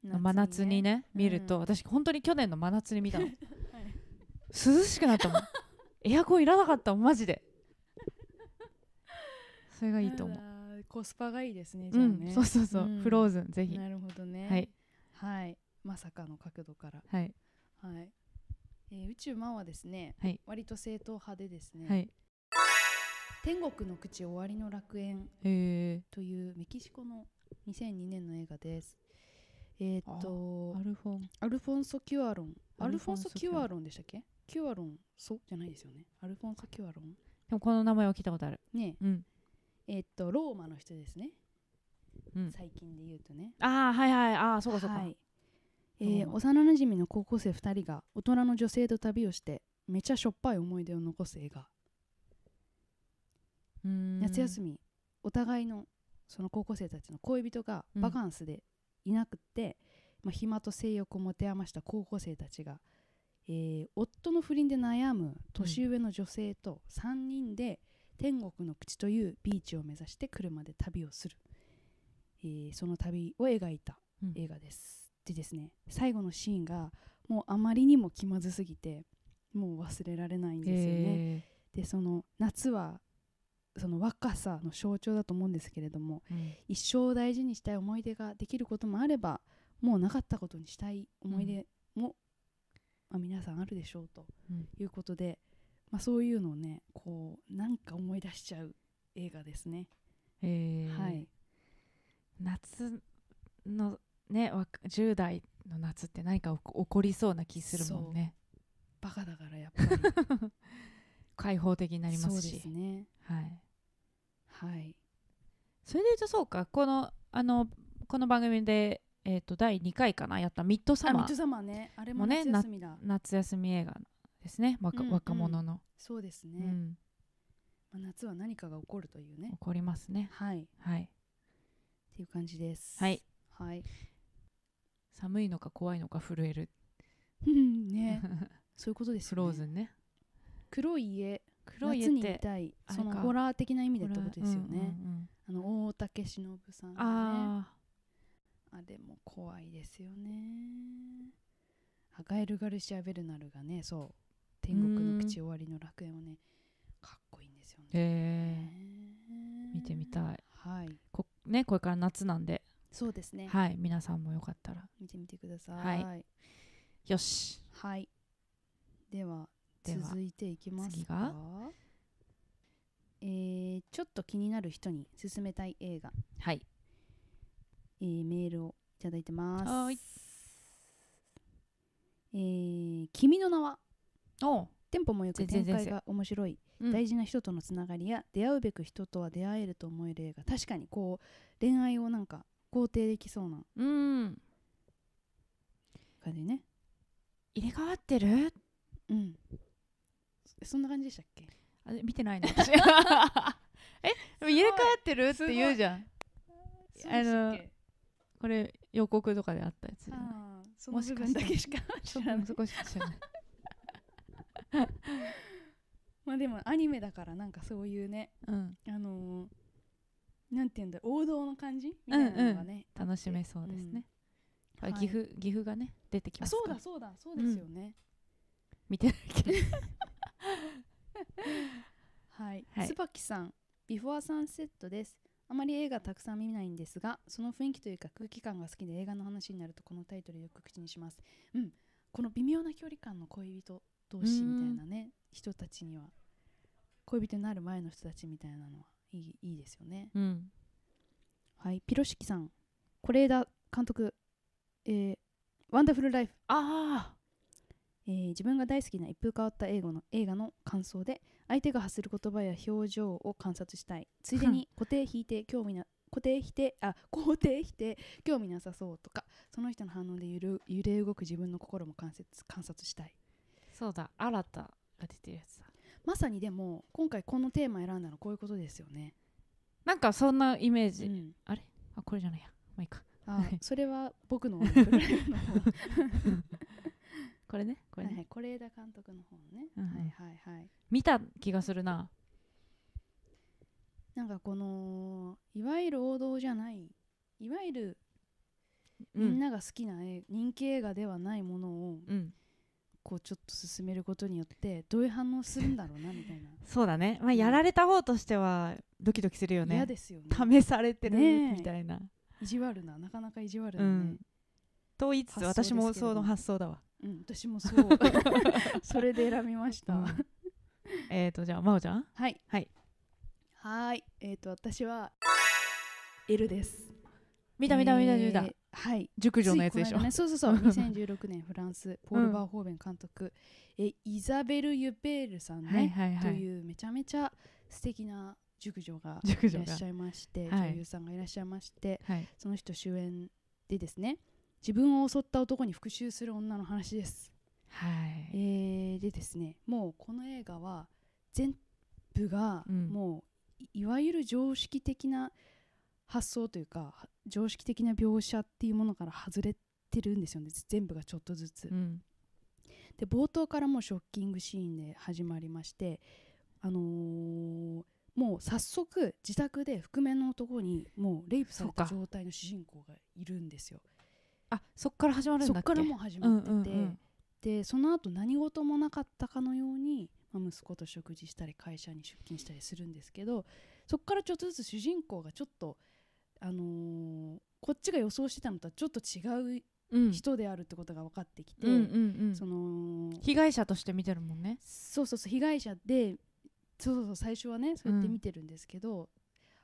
Speaker 3: 真夏にね見ると、
Speaker 2: うん
Speaker 3: 私本当に去年の真夏に見たの涼しくな ったもんエアコンいらなかったもんマジでそれがいいと思う、
Speaker 2: あらコスパがいいですねじ
Speaker 3: う
Speaker 2: ゃあ
Speaker 3: ん
Speaker 2: ね、
Speaker 3: そうそうそう、
Speaker 2: うん
Speaker 3: フローズンぜひ
Speaker 2: なるほどね
Speaker 3: はい
Speaker 2: はいまさかの角度から
Speaker 3: はい
Speaker 2: はい、えー宇宙マンはですね、
Speaker 3: はい
Speaker 2: 割と正統派でですね、
Speaker 3: はい
Speaker 2: 天国の口終わりの楽園
Speaker 3: え
Speaker 2: というメキシコの2002年の映画です。えーっと
Speaker 3: ー、アルフォン
Speaker 2: アルフォンソ・キュアロンア
Speaker 3: ア
Speaker 2: ル
Speaker 3: ル
Speaker 2: フ
Speaker 3: フ
Speaker 2: ォ
Speaker 3: ォ
Speaker 2: ン
Speaker 3: ン
Speaker 2: ソ・
Speaker 3: ソ
Speaker 2: キュアロンでしたっけキュアロンソじゃないですよねアルフォンソ・キュアロン
Speaker 3: でもこの名前は聞いたことある
Speaker 2: ね
Speaker 3: うん
Speaker 2: えーっとローマの人ですね、
Speaker 3: うん
Speaker 2: 最近で言うとね
Speaker 3: ああはいはいああそうかそうか、
Speaker 2: はいえ
Speaker 3: ロー
Speaker 2: ー
Speaker 3: マ
Speaker 2: 幼なじみの高校生2人が大人の女性と旅をしてめちゃしょっぱい思い出を残す映画夏休
Speaker 3: み
Speaker 2: みお互いのその高校生たちの恋人が
Speaker 3: うん
Speaker 2: バカンスでいなくって、まあ、暇と性欲を持て余した高校生たちが、えー夫の不倫で悩む年上の女性と3人で天国の口というビーチを目指して車で旅をする、えーその旅を描いた
Speaker 3: うん
Speaker 2: 映画です、でですね最後のシーンがもうあまりにも気まずすぎてもう忘れられないんですよね、
Speaker 3: え
Speaker 2: でその夏はその若さの象徴だと思うんですけれども
Speaker 3: ーうん
Speaker 2: 一生大事にしたい思い出ができることもあればもうなかったことにしたい思い出も、まあ、皆さんあるでしょうと
Speaker 3: うん
Speaker 2: いうことで、まあ、そういうのをねこうなんか思い出しちゃう映画ですね。
Speaker 3: えー
Speaker 2: はい、
Speaker 3: 夏のねわく10代の夏って何か起こ起こりそうな気するもんね
Speaker 2: バカだからやっぱり
Speaker 3: 開放的になりま
Speaker 2: そう
Speaker 3: す
Speaker 2: で
Speaker 3: し
Speaker 2: すね。
Speaker 3: はい、
Speaker 2: はい、
Speaker 3: それで言うとそうかこのあのこの番組で、えー、と第2回かなやった「ミッドサ
Speaker 2: あミ
Speaker 3: マ
Speaker 2: ッド
Speaker 3: ー
Speaker 2: サマーねあれも
Speaker 3: もうね
Speaker 2: 夏休みだ、」
Speaker 3: 夏休み映画ですね若,、
Speaker 2: うんうん
Speaker 3: 若者の、
Speaker 2: そうですね
Speaker 3: う、ん、
Speaker 2: まあ、夏は何かが起こるという
Speaker 3: 起
Speaker 2: ね
Speaker 3: こりますね
Speaker 2: はいっ
Speaker 3: はい
Speaker 2: ていう感じです。
Speaker 3: はい
Speaker 2: はい、
Speaker 3: 寒いのか怖いのか震える、
Speaker 2: うんねそういうことです
Speaker 3: フ
Speaker 2: よ
Speaker 3: ロー
Speaker 2: ね
Speaker 3: ズンね
Speaker 2: 黒い家
Speaker 3: 黒い絵
Speaker 2: 夏
Speaker 3: っ
Speaker 2: に見
Speaker 3: て
Speaker 2: たい
Speaker 3: あれ
Speaker 2: そ
Speaker 3: か
Speaker 2: のホラー的な意味で
Speaker 3: こ
Speaker 2: って
Speaker 3: れ
Speaker 2: ことですよね、
Speaker 3: うんうんうん
Speaker 2: あの大竹しのぶさんのね
Speaker 3: あ
Speaker 2: あれも怖いですよねあガエル・ガルシア・ベルナルがねそう「天国の口終わりの楽園」をねかっこいいんですよね、
Speaker 3: えー、見てみたい
Speaker 2: はい
Speaker 3: こ,、ね、これから夏なんで、
Speaker 2: そうですね、
Speaker 3: はい、皆さんもよかったら
Speaker 2: 見てみてください
Speaker 3: はよし
Speaker 2: はいでは
Speaker 3: では
Speaker 2: 続いていきます
Speaker 3: 次
Speaker 2: か
Speaker 3: が
Speaker 2: えーちょっと気になる人に勧めたい映画、
Speaker 3: はい
Speaker 2: えーメールをいただいてます
Speaker 3: はい
Speaker 2: えー君の名は
Speaker 3: おう
Speaker 2: テンポもよく
Speaker 3: 全然
Speaker 2: 展
Speaker 3: 先生
Speaker 2: 開が面白い
Speaker 3: うん
Speaker 2: 大事な人とのつながりや出会うべく人とは出会えると思える映画確かにこう恋愛をなんか肯定できそうな
Speaker 3: うん
Speaker 2: 感じね
Speaker 3: 入れ替わってる
Speaker 2: うんそそんな感じでしたっけ
Speaker 3: あ見 てないの私 えでも入れ替わってるって言うじゃん
Speaker 2: そうでしたっけ
Speaker 3: これ予告とかであったやつじゃない
Speaker 2: あーその
Speaker 3: もし
Speaker 2: 部
Speaker 3: か
Speaker 2: 分
Speaker 3: した
Speaker 2: だ
Speaker 3: ら
Speaker 2: けしか知 らない
Speaker 3: そこしか知らない
Speaker 2: まあでもアニメだからなんかそういうね
Speaker 3: うん
Speaker 2: あのー、なんて言うんだ王道の感じみたいなのがね、
Speaker 3: 楽しめそうですね、
Speaker 2: うん
Speaker 3: あ岐阜岐阜がね出てき
Speaker 2: あ
Speaker 3: ますか
Speaker 2: そ
Speaker 3: ら
Speaker 2: うだそうだそうですよね、
Speaker 3: 見てないけ ど
Speaker 2: はい、
Speaker 3: はい
Speaker 2: 椿さんビフォーサンセットですあまり映画たくさん見ないんですがその雰囲気というか空気感が好きで映画の話になるとこのタイトルよく口にしますうんこの微妙な距離感の恋人同士みたいなね人たちには恋人になる前の人たちみたいなのはいいいいですよね
Speaker 3: うん
Speaker 2: はいピロシキさん是枝監督えーワンダフルライフ
Speaker 3: ああ
Speaker 2: えー自分が大好きな一風変わった英語の映画の感想で相手が発する言葉や表情を観察したいついで に固定否定興味な固定否定あ肯定否定興味なさそうとかその人の反応で揺る揺れ動く自分の心も観察観察したい
Speaker 3: そうだ新たが出てるやつだ
Speaker 2: まさにでも今回このテーマ選んだのこういうことですよね、
Speaker 3: なんかそんなイメー
Speaker 2: う
Speaker 3: ジ、
Speaker 2: ん、
Speaker 3: あこれじゃないやまあいいか
Speaker 2: あ
Speaker 3: はい
Speaker 2: それは僕のワンダフルライフの方
Speaker 3: これねこれ
Speaker 2: は
Speaker 3: ね、
Speaker 2: いはい是枝監督の方のね、
Speaker 3: うんうん
Speaker 2: はいはいはい
Speaker 3: 見た気がするな
Speaker 2: なんかこのいわゆる王道じゃないいわゆる
Speaker 3: う
Speaker 2: みんなが好きな映人気映画ではないものを
Speaker 3: うん
Speaker 2: こうちょっと進めることによってどういう反応するんだろうなみたいな
Speaker 3: そうだねまあやられた方としてはドキドキするよね
Speaker 2: 嫌ですよね
Speaker 3: 試されてる
Speaker 2: ねえ
Speaker 3: みたいな、
Speaker 2: 意地悪ななかなか意地悪
Speaker 3: う
Speaker 2: なね
Speaker 3: ん、と言いつつ
Speaker 2: 発想です
Speaker 3: 私
Speaker 2: けれども
Speaker 3: もその発想だわ、
Speaker 2: うん、私もそう それで選びました、
Speaker 3: うん えっとじゃあ真央ちゃん
Speaker 2: はい
Speaker 3: はい
Speaker 2: はーいえっ、ー、と私は L です
Speaker 3: 見た見た見た見
Speaker 2: え
Speaker 3: た
Speaker 2: ーはい
Speaker 3: 熟女のやつでし
Speaker 2: ついこ
Speaker 3: ょ
Speaker 2: の間ね、そうそう そう2016年フランスポール・バーホーベン監督、えイザベル・ユペールさんね、
Speaker 3: はいはいは
Speaker 2: と
Speaker 3: い
Speaker 2: いうめちゃめちゃ素敵な熟女が
Speaker 3: 熟
Speaker 2: いら
Speaker 3: 女
Speaker 2: っ
Speaker 3: が
Speaker 2: しゃいまして、
Speaker 3: はい
Speaker 2: 女優さんがいらっしゃいまして
Speaker 3: はい
Speaker 2: その人主演でですね自分を襲った男に復讐する女の話です、
Speaker 3: はい
Speaker 2: えーでですねもうこの映画は全部が
Speaker 3: うん
Speaker 2: もういいわゆる常識的な発想というかは常識的な描写っていうものから外れてるんですよね全部がちょっとずつ、
Speaker 3: うん
Speaker 2: で冒頭からもうショッキングシーンで始まりましてあのーもう早速自宅で覆面の男にもうレイプされた
Speaker 3: そう
Speaker 2: 状態の主人公がいるんですよ
Speaker 3: あそっから始まるんだ
Speaker 2: そ
Speaker 3: っけ
Speaker 2: こからもう始
Speaker 3: うん
Speaker 2: まっ
Speaker 3: うん
Speaker 2: てて、
Speaker 3: うん
Speaker 2: でその後何事もなかったかのように、まあ、息子と食事したり会社に出勤したりするんですけどそこからちょっとずつ主人公がちょっとあのーこっちが予想してたのとはちょっと違
Speaker 3: うん
Speaker 2: う人であるってことが分かってきて、
Speaker 3: うんうんうん
Speaker 2: その
Speaker 3: 被害者として見てるもんね
Speaker 2: そうそうそう被害者でそうそうそう最初はねそうやって見てるんですけど、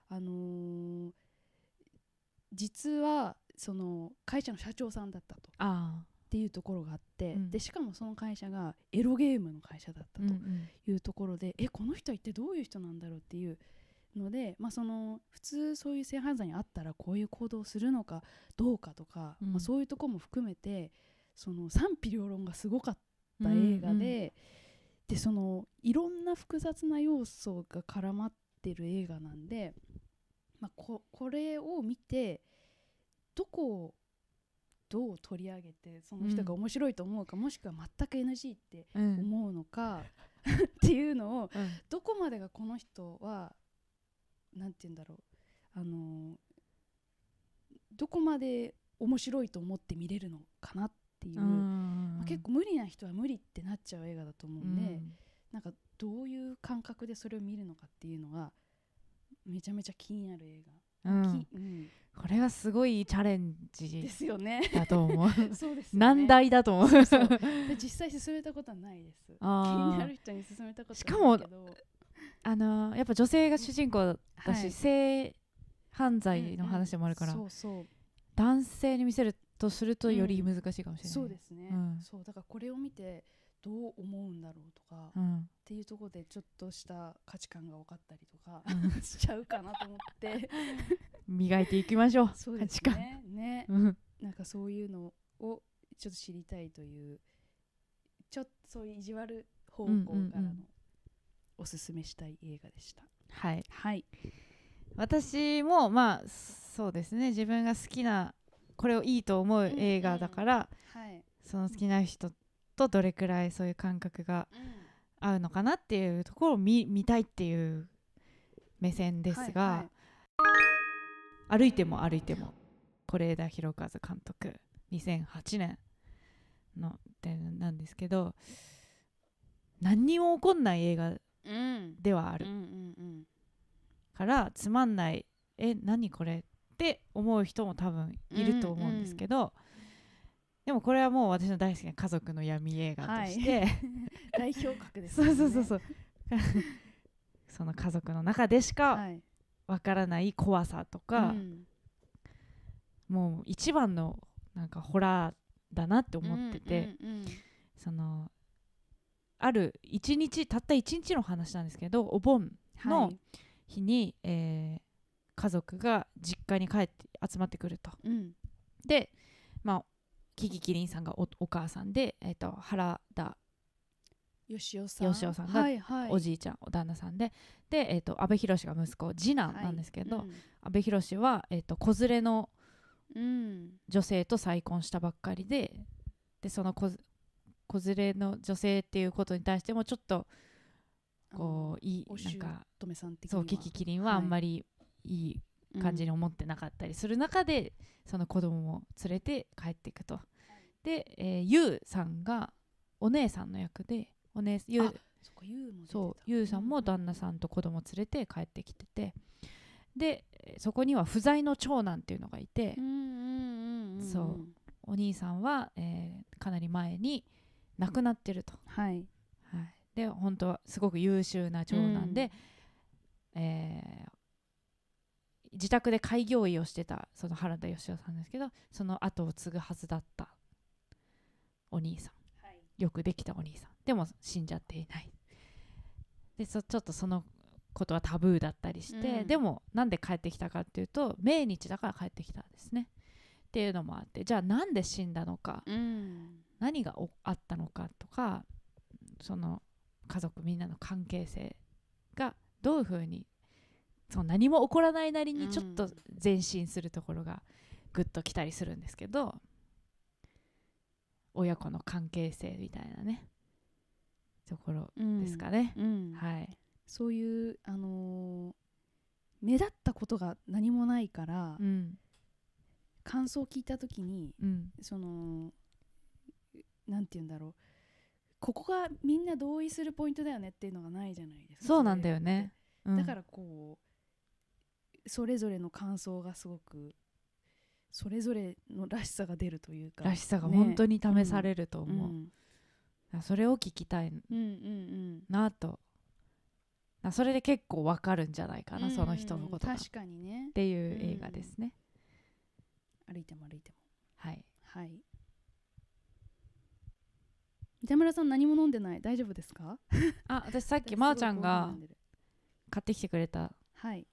Speaker 2: あのー実はその会社の社長さんだったとっ
Speaker 3: ああ
Speaker 2: ていうところがあって、
Speaker 3: うん
Speaker 2: でしかもその会社がエロゲームの会社だった
Speaker 3: うんう
Speaker 2: と
Speaker 3: ん
Speaker 2: いうところで、えこの人は一体どういう人なんだろうっていうので、まあ、その普通そういう性犯罪にあったらこういう行動をするのかどうかとか、
Speaker 3: うん
Speaker 2: まあ、そういうところも含めてその賛否両論がすごかった。
Speaker 3: う
Speaker 2: った
Speaker 3: ん
Speaker 2: 映画で、、でそのいろんな複雑な要素が絡まってる映画なんで、まあ、ここれを見てどこをどう取り上げてその人が
Speaker 3: うん
Speaker 2: 面白いと思うか、もしくは全く NG って
Speaker 3: うんうん
Speaker 2: 思うの か、っていうのを
Speaker 3: うん
Speaker 2: どこまでがこの人はなんて言うんだろうあのどこまで面白いと思って見れるのかなっていう
Speaker 3: うんうんうん
Speaker 2: まああ結構無理な人は無理ってなっちゃう映画だと思うんで、
Speaker 3: うん
Speaker 2: なんかどういう感覚でそれを見るのかっていうのがめちゃめちゃ気になる映
Speaker 3: うん
Speaker 2: 画、きうん
Speaker 3: これはすごいチャレン
Speaker 2: で
Speaker 3: ジ
Speaker 2: すよね
Speaker 3: だと 思う
Speaker 2: そうですよね
Speaker 3: 難題だと思う
Speaker 2: そうで実際進めたことはないです気
Speaker 3: あー
Speaker 2: になる人に勧めたこと
Speaker 3: しかも
Speaker 2: はないけど
Speaker 3: あのーやっぱ女性が主人公だし、
Speaker 2: はい
Speaker 3: 性犯罪の話でもあるから、
Speaker 2: うんうんそうそう
Speaker 3: 男性に見せるとするとより
Speaker 2: うん
Speaker 3: 難しいかもしれない、
Speaker 2: そうですね、
Speaker 3: うん
Speaker 2: そうだからこれを見てどう思うんだろうとか、
Speaker 3: う
Speaker 2: っ
Speaker 3: ん
Speaker 2: ていうところでちょっとした価値観が分かったりとか
Speaker 3: う ん
Speaker 2: しちゃうかなと思 って
Speaker 3: 磨いていきましょう
Speaker 2: そうです
Speaker 3: 価値
Speaker 2: ねね、
Speaker 3: うん
Speaker 2: なんかそういうのをちょっと知りたいというちょっとそういう意地悪方向から
Speaker 3: うんうんう
Speaker 2: の
Speaker 3: ん
Speaker 2: おすすめしたい映画でした、
Speaker 3: はい
Speaker 2: はい
Speaker 3: 私もまあそうですね自分が好きなこれをいいと思う映画だから、
Speaker 2: はい、
Speaker 3: その好きな人とどれくらいそういう感覚が合うのかなっていうところを見見たいっていう目線ですが、
Speaker 2: はい
Speaker 3: 歩いても歩いても是枝裕和監督2008年のでなんですけど何にも起こんない映画
Speaker 2: はいうん
Speaker 3: ではあ
Speaker 2: うん
Speaker 3: る
Speaker 2: うんうん
Speaker 3: からつまんないえ何これって思う人も多分いると思うんですけど、でもこれはもう私の大好きな家族の闇映画として、
Speaker 2: 代表格です
Speaker 3: そうそうそうそうう その家族の中でしか
Speaker 2: はい
Speaker 3: わからない怖さとか、
Speaker 2: うん
Speaker 3: もう一番のなんかホラーだなって思ってて、
Speaker 2: うんうんうん
Speaker 3: そのある一日たった一日の話なんですけどお盆の
Speaker 2: はい
Speaker 3: 日に、えー家族が実家に帰って集まってくると。
Speaker 2: うん
Speaker 3: でまあキキキリンさんがおお母さんで、えー、と原田
Speaker 2: よしおさん
Speaker 3: よしおさんが
Speaker 2: はいはい、
Speaker 3: おじいちゃん、お旦那さんでで、えー、と安倍寛が息子次男なんですけど、
Speaker 2: はい
Speaker 3: 安倍寛は、えー、と子連れの
Speaker 2: うん
Speaker 3: 女性と再婚したばっかりででその子子連れの女性っていうことに対してもちょっとこうい
Speaker 2: お
Speaker 3: いなんか
Speaker 2: とめさん的に
Speaker 3: そう
Speaker 2: は
Speaker 3: キキキリンはあんまりいい感じに思ってなかったりする中で、その子供を連れて帰っていくと。で、えー、ゆうさんがお姉さんの役でお姉ゆ
Speaker 2: あ
Speaker 3: う
Speaker 2: そっかゆうも出てた
Speaker 3: そうゆうさんも旦那さんと子供連れて帰ってきててでえーそこには不在の長男っていうのがいて
Speaker 2: う、んうんうんうんうん
Speaker 3: そうお兄さんは、えーかなり前に亡くなってると、
Speaker 2: はい
Speaker 3: はい、で本当はすごく優秀な長男で、えー自宅で開業医をしてたその原田芳雄さんですけどその後を継ぐはずだったお兄さん、
Speaker 2: はい
Speaker 3: よくできたお兄さんでも死んじゃっていないでそちょっとそのことはタブーだったりして、
Speaker 2: うん
Speaker 3: でもなんで帰ってきたかっていうと命日だから帰ってきたんですねっていうのもあってじゃあなんで死んだのか
Speaker 2: うん
Speaker 3: 何がおあったのかとかその家族みんなの関係性がどういうふうにその何も起こらないなり
Speaker 2: う
Speaker 3: に
Speaker 2: ん
Speaker 3: ちょっと前進するところがグッときたりするんですけど、親子の関係性みたいなねところですかね。
Speaker 2: うん
Speaker 3: はい、
Speaker 2: そういうあのー目立ったことが何もないから
Speaker 3: うん
Speaker 2: 感想を聞いたときに
Speaker 3: うん
Speaker 2: そのなんて言うんだろうここがみんな同意するポイントだよねっていうのがないじゃないですか
Speaker 3: そうなんだよね。うん
Speaker 2: だからこうそれぞれの感想がすごくそれぞれのらしさが出るというから
Speaker 3: しさが
Speaker 2: ね
Speaker 3: 本当に試されると
Speaker 2: う
Speaker 3: 思う、
Speaker 2: ん
Speaker 3: それを聞きたい
Speaker 2: うんうん
Speaker 3: なとなそれで結構わかるんじゃないか
Speaker 2: うん
Speaker 3: な、その人のことがっ
Speaker 2: 確かにね
Speaker 3: ていう映画ですね、
Speaker 2: 歩いても歩いても
Speaker 3: はい
Speaker 2: はい三田村さん何も飲んでない大丈夫ですか
Speaker 3: あ私さっきまーちゃんが
Speaker 2: すごいご飯飲でる
Speaker 3: 買ってきてくれた
Speaker 2: はい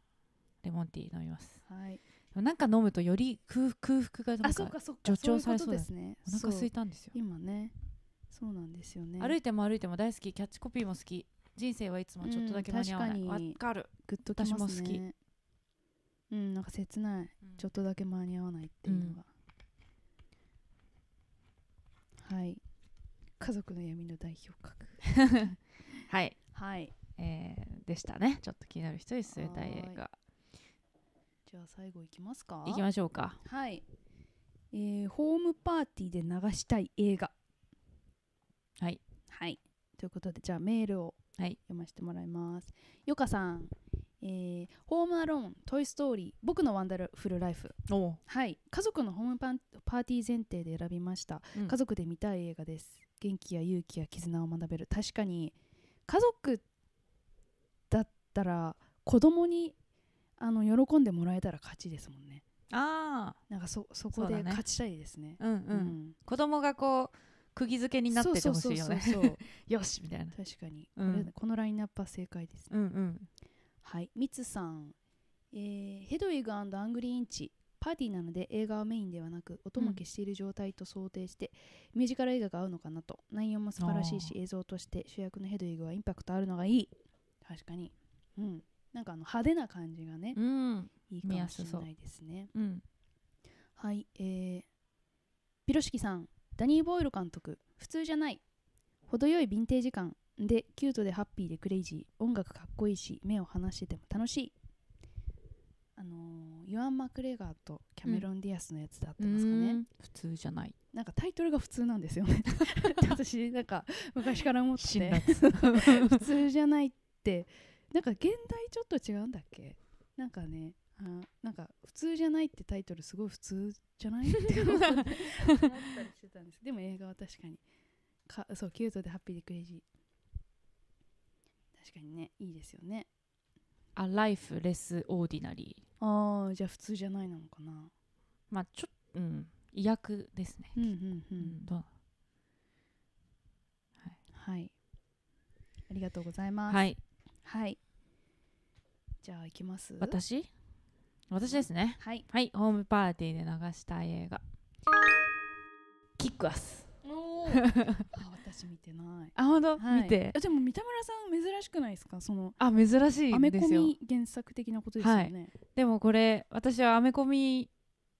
Speaker 3: レモンティー飲みます
Speaker 2: はい
Speaker 3: でもなんか飲むとより空空腹がな
Speaker 2: あ
Speaker 3: ん
Speaker 2: そ
Speaker 3: か
Speaker 2: うかそうか
Speaker 3: 助長
Speaker 2: そういうこ
Speaker 3: されそ
Speaker 2: と
Speaker 3: うだ
Speaker 2: で
Speaker 3: よ
Speaker 2: すね
Speaker 3: お腹空い
Speaker 2: そう
Speaker 3: たんですよ、
Speaker 2: 今ねそうなんですよね
Speaker 3: 歩いても歩いても大好きキャッチコピーも好き人生はいつもちょっとだけ間に合わな
Speaker 2: う
Speaker 3: い
Speaker 2: ん
Speaker 3: わ、
Speaker 2: 確かに
Speaker 3: かる、
Speaker 2: グッときますね
Speaker 3: 私も好
Speaker 2: うんなんか切ないちょっとだけ間に合わないっていうのが、はい家族の闇の代表格
Speaker 3: はい、
Speaker 2: はい
Speaker 3: えーでしたねちょっと気になる人に勧めたい映画
Speaker 2: じゃあ最後いきますか
Speaker 3: いきましょうか
Speaker 2: はい、えーホームパーティーで流したい映画
Speaker 3: はい
Speaker 2: はいということでじゃあメールを
Speaker 3: はい
Speaker 2: 読ませてもらいます、よかさん、えーホームアローントイストーリー僕のワンダフルライフ
Speaker 3: おう
Speaker 2: はい家族のホームパンパーティー前提で選びました
Speaker 3: うん
Speaker 2: 家族で見たい映画です元気や勇気や絆を学べる確かに家族だったら子供にあの喜んでもらえたら勝ちですもんね
Speaker 3: あ
Speaker 2: なんかそそこ
Speaker 3: そうだ
Speaker 2: で
Speaker 3: ね
Speaker 2: 勝ちたいですね
Speaker 3: あうんうん、子供がこう釘付け
Speaker 2: う
Speaker 3: に
Speaker 2: ん
Speaker 3: なっててほしいよね
Speaker 2: そうそうそうそう
Speaker 3: よしみたいな
Speaker 2: 確かに、
Speaker 3: うん
Speaker 2: これこのラインナップは正解ですね、
Speaker 3: うんうん
Speaker 2: はいミツさん、えーヘドウィグアングリーインチパーティーなので映画はメインではなく音も消している状態と想定して、ミュージカル映画が合うのかなと内容も素晴らしいし
Speaker 3: あ
Speaker 2: 映像として主役のヘドウィグはインパクトあるのがいい確かにうんなんかあの派手な感じがね
Speaker 3: うん
Speaker 2: いいか
Speaker 3: 見
Speaker 2: も
Speaker 3: や
Speaker 2: し
Speaker 3: す
Speaker 2: れ
Speaker 3: そう
Speaker 2: ないですね
Speaker 3: うん
Speaker 2: はいえー、ピロシキさんダニー・ボイル監督普通じゃない程よいヴィンテージ感でキュートでハッピーでクレイジー音楽かっこいいし目を離してても楽しいあのー、ユアン・マクレガーとキャメロン・ディアスのやつで合ってますかね、
Speaker 3: うーん普通じゃない
Speaker 2: なんかタイトルが普通なんですよ ねって私なんか昔から思って
Speaker 3: 辛
Speaker 2: て 普通じゃないってなんか現代ちょっと違うんだっけなんかねあーなんか普通じゃないってタイトルすごい普通じゃないって 思って思ったりしてたんですでも映画は確かにかそうキュートでハッピーでクレイジー確かにねいいですよね
Speaker 3: あライフレスオーディナリー
Speaker 2: ああじゃあ普通じゃないなのかな
Speaker 3: まあちょっとうん違約ですね、
Speaker 2: うんうんう
Speaker 3: うんどう
Speaker 2: はいありがとうございます
Speaker 3: はい
Speaker 2: はいじゃあ行きます
Speaker 3: 私私ですね
Speaker 2: はい
Speaker 3: はいホームパーティーで流したい映画キックアス
Speaker 2: おあ私見てない
Speaker 3: あ本当
Speaker 2: はい
Speaker 3: 見て
Speaker 2: あでも三田村さん珍しくないですかその
Speaker 3: あ珍しい
Speaker 2: ア
Speaker 3: ん
Speaker 2: メ
Speaker 3: で
Speaker 2: コ
Speaker 3: すよ
Speaker 2: ミ原作的なことですよね、
Speaker 3: でもこれ私はアメコミ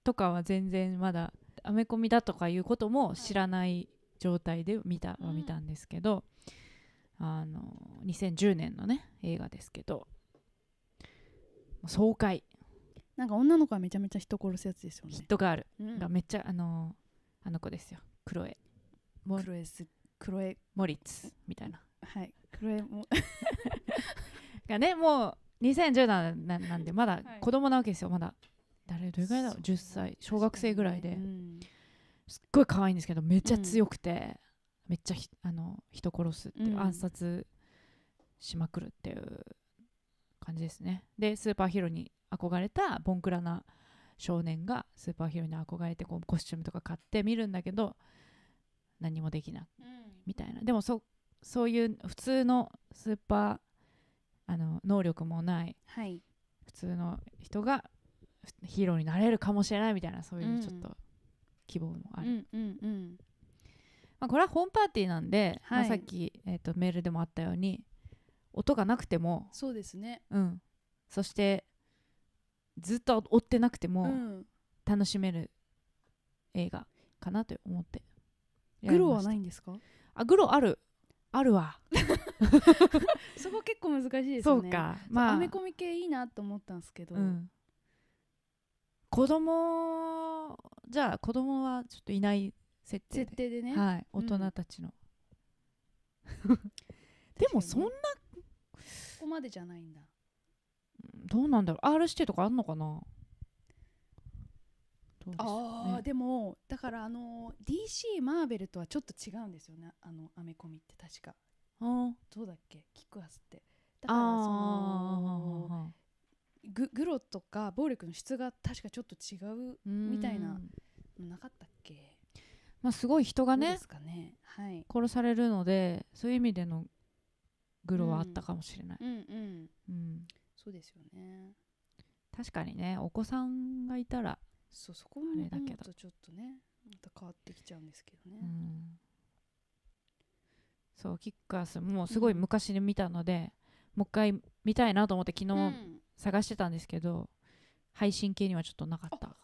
Speaker 3: とかは全然まだアメコミだとかいうことも知らない状態で見た
Speaker 2: うん
Speaker 3: は見たんですけど、あの2010年のね映画ですけどもう爽快
Speaker 2: なんか女の子はめちゃめちゃ人殺すやつですよ
Speaker 3: ヒッ
Speaker 2: ね、
Speaker 3: トガール
Speaker 2: うん
Speaker 3: がめっちゃあのあの子ですよクロエモ
Speaker 2: クロエスクロエ
Speaker 3: モリッツみたいな
Speaker 2: はいクロエ も
Speaker 3: がねもう2010年ななんでまだ
Speaker 2: はい
Speaker 3: 子供なわけですよまだ誰どれぐらいだろう
Speaker 2: そう
Speaker 3: 10歳小学生ぐらいで、
Speaker 2: うん
Speaker 3: すっごい可愛いんですけどめっちゃ強くて、めっちゃひあの人殺すっていう、
Speaker 2: うん
Speaker 3: 暗殺しまくるっていう感じですねでスーパーヒーローに憧れたボンクラな少年がスーパーヒーローに憧れてこうコスチュームとか買って見るんだけど何もできないみたいなでもそそういう普通のスーパーあの能力もない
Speaker 2: はい
Speaker 3: 普通の人がふヒーローになれるかもしれないみたいなそういうちょっ
Speaker 2: うん
Speaker 3: と希望もあ
Speaker 2: う
Speaker 3: る
Speaker 2: んうんうん
Speaker 3: まあ、これはホームパーティーなんで、まあ
Speaker 2: はい
Speaker 3: さっき、えー、とメールでもあったように音がなくても、
Speaker 2: そうですね
Speaker 3: うん、そしてずっと追ってなくて
Speaker 2: う
Speaker 3: も
Speaker 2: ん
Speaker 3: 楽しめる映画かなと思って
Speaker 2: グロはないいんですか
Speaker 3: あグロあるあるわ
Speaker 2: そこ結構難しいです
Speaker 3: そ
Speaker 2: よね
Speaker 3: うか
Speaker 2: ま
Speaker 3: ま
Speaker 2: あ
Speaker 3: あ
Speaker 2: アメコミ系いいなと思ったんですけど、
Speaker 3: うん、子供じゃあ子供はちょっといない設定で
Speaker 2: 設定でね、
Speaker 3: はい、大
Speaker 2: うん
Speaker 3: 人たちの、 でもそんな
Speaker 2: ここまでじゃないんだ
Speaker 3: どうなんだろう R 指定とかあんのかなどうでしょう
Speaker 2: あー
Speaker 3: ね
Speaker 2: でもだからあの DC マーベルとはちょっと違うんですよねあのアメコミって確か
Speaker 3: あ
Speaker 2: どうだっけキックアスってだ
Speaker 3: ー
Speaker 2: からその
Speaker 3: あ
Speaker 2: ググロとか暴力の質が確かちょっと違う
Speaker 3: ーみ
Speaker 2: みたいなのなかったっけ
Speaker 3: まあすごい人が
Speaker 2: どう
Speaker 3: ね
Speaker 2: ですかねはい
Speaker 3: 殺されるのでそういう意味でのグロはあったかもしれない、
Speaker 2: うんうん
Speaker 3: うん
Speaker 2: そうですよね
Speaker 3: 確かにねお子さんがいたら、
Speaker 2: そうそこも
Speaker 3: あれだけど
Speaker 2: 思うとちょっとねまた変わってきちゃうんですけどね、
Speaker 3: うんそうキックアスもうすごい昔に見たので、もう一回見たいなと思って昨
Speaker 2: う
Speaker 3: 日
Speaker 2: ん
Speaker 3: 探してたんですけど、配信系にはちょっとなかった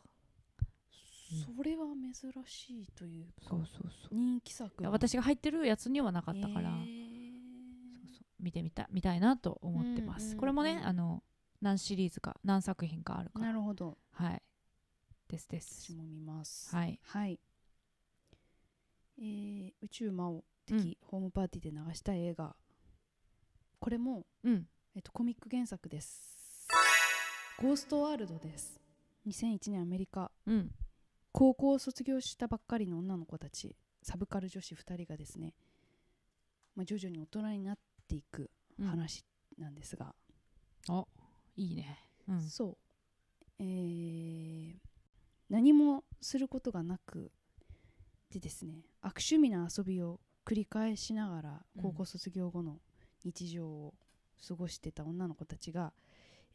Speaker 2: それは珍しいというか
Speaker 3: そうそうそう
Speaker 2: 人気作の
Speaker 3: 私が入ってるやつにはなか
Speaker 2: だ
Speaker 3: ったから、そうそう見てみた見たいなと思ってます、
Speaker 2: うんうん
Speaker 3: これもね
Speaker 2: うん
Speaker 3: あの何シリーズか何作品かあるか
Speaker 2: な
Speaker 3: ら
Speaker 2: るほど
Speaker 3: はいですで
Speaker 2: 私
Speaker 3: す
Speaker 2: も見ます
Speaker 3: はい
Speaker 2: はい、えー、宇宙魔王的、
Speaker 3: うん
Speaker 2: ホームパーティーで流したい映画これも、
Speaker 3: うん
Speaker 2: えっと、コミック原作です「ゴーストワールド」です2001年アメリカ
Speaker 3: うん
Speaker 2: 高校を卒業したばっかりの女の子たちサブカル女子2人がですね、まあ、徐々に大人になっていく
Speaker 3: うん
Speaker 2: 話なんですが、
Speaker 3: いいねうん
Speaker 2: そう、えー何もすることがなくでですね悪趣味な遊びを繰り返しながら
Speaker 3: うん
Speaker 2: 高校卒業後の日常を過ごしてた女の子たちが、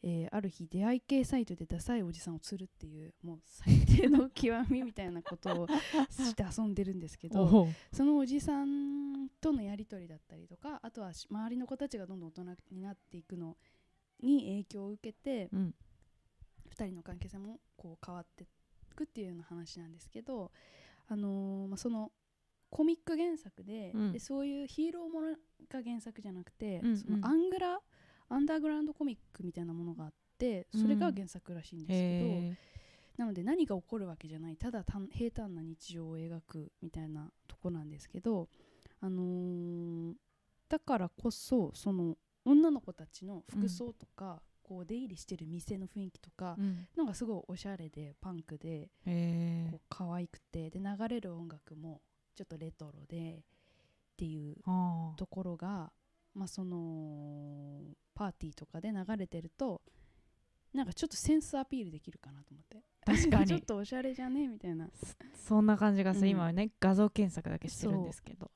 Speaker 2: えーある日出会い系サイトでダサいおじさんを釣るっていうもう最低の極みみたいなことをして遊んでるんですけど
Speaker 3: おう
Speaker 2: そのおじさんとのやり取りだったりとかあとはし周りの子たちがどんどん大人になっていくのに影響を受けて、
Speaker 3: うん
Speaker 2: 2人の関係性もこう変わっていくっていうような話なんですけど、あのーまあ、そのコミック原作で,、
Speaker 3: うん
Speaker 2: でそういうヒーローものが原作じゃなくて、
Speaker 3: うんうん
Speaker 2: そのアングラアンダーグラウンドコミックみたいなものがあってそれが原作らしいんですけど、
Speaker 3: へ
Speaker 2: なので何が起こるわけじゃないただ単平坦な日常を描くみたいなとこなんですけど、あのーだからこそその女の子たちの服装とか、こう出入りしてる店の雰囲気とか
Speaker 3: ー、うん
Speaker 2: なんかすごいおしゃれでパンクで
Speaker 3: へ
Speaker 2: こう可愛くてで流れる音楽もちょっとレトロでっていう
Speaker 3: ーあー
Speaker 2: ところが、まあ、そのパーティーとかで流れてるとなんかちょっとセンスアピールできるかなと思って
Speaker 3: 確か に
Speaker 2: ちょっとおしゃれじゃねみたいな
Speaker 3: そんな感じが
Speaker 2: う
Speaker 3: する
Speaker 2: ん
Speaker 3: 今はね画像検索だけしてるん
Speaker 2: そう
Speaker 3: ですけど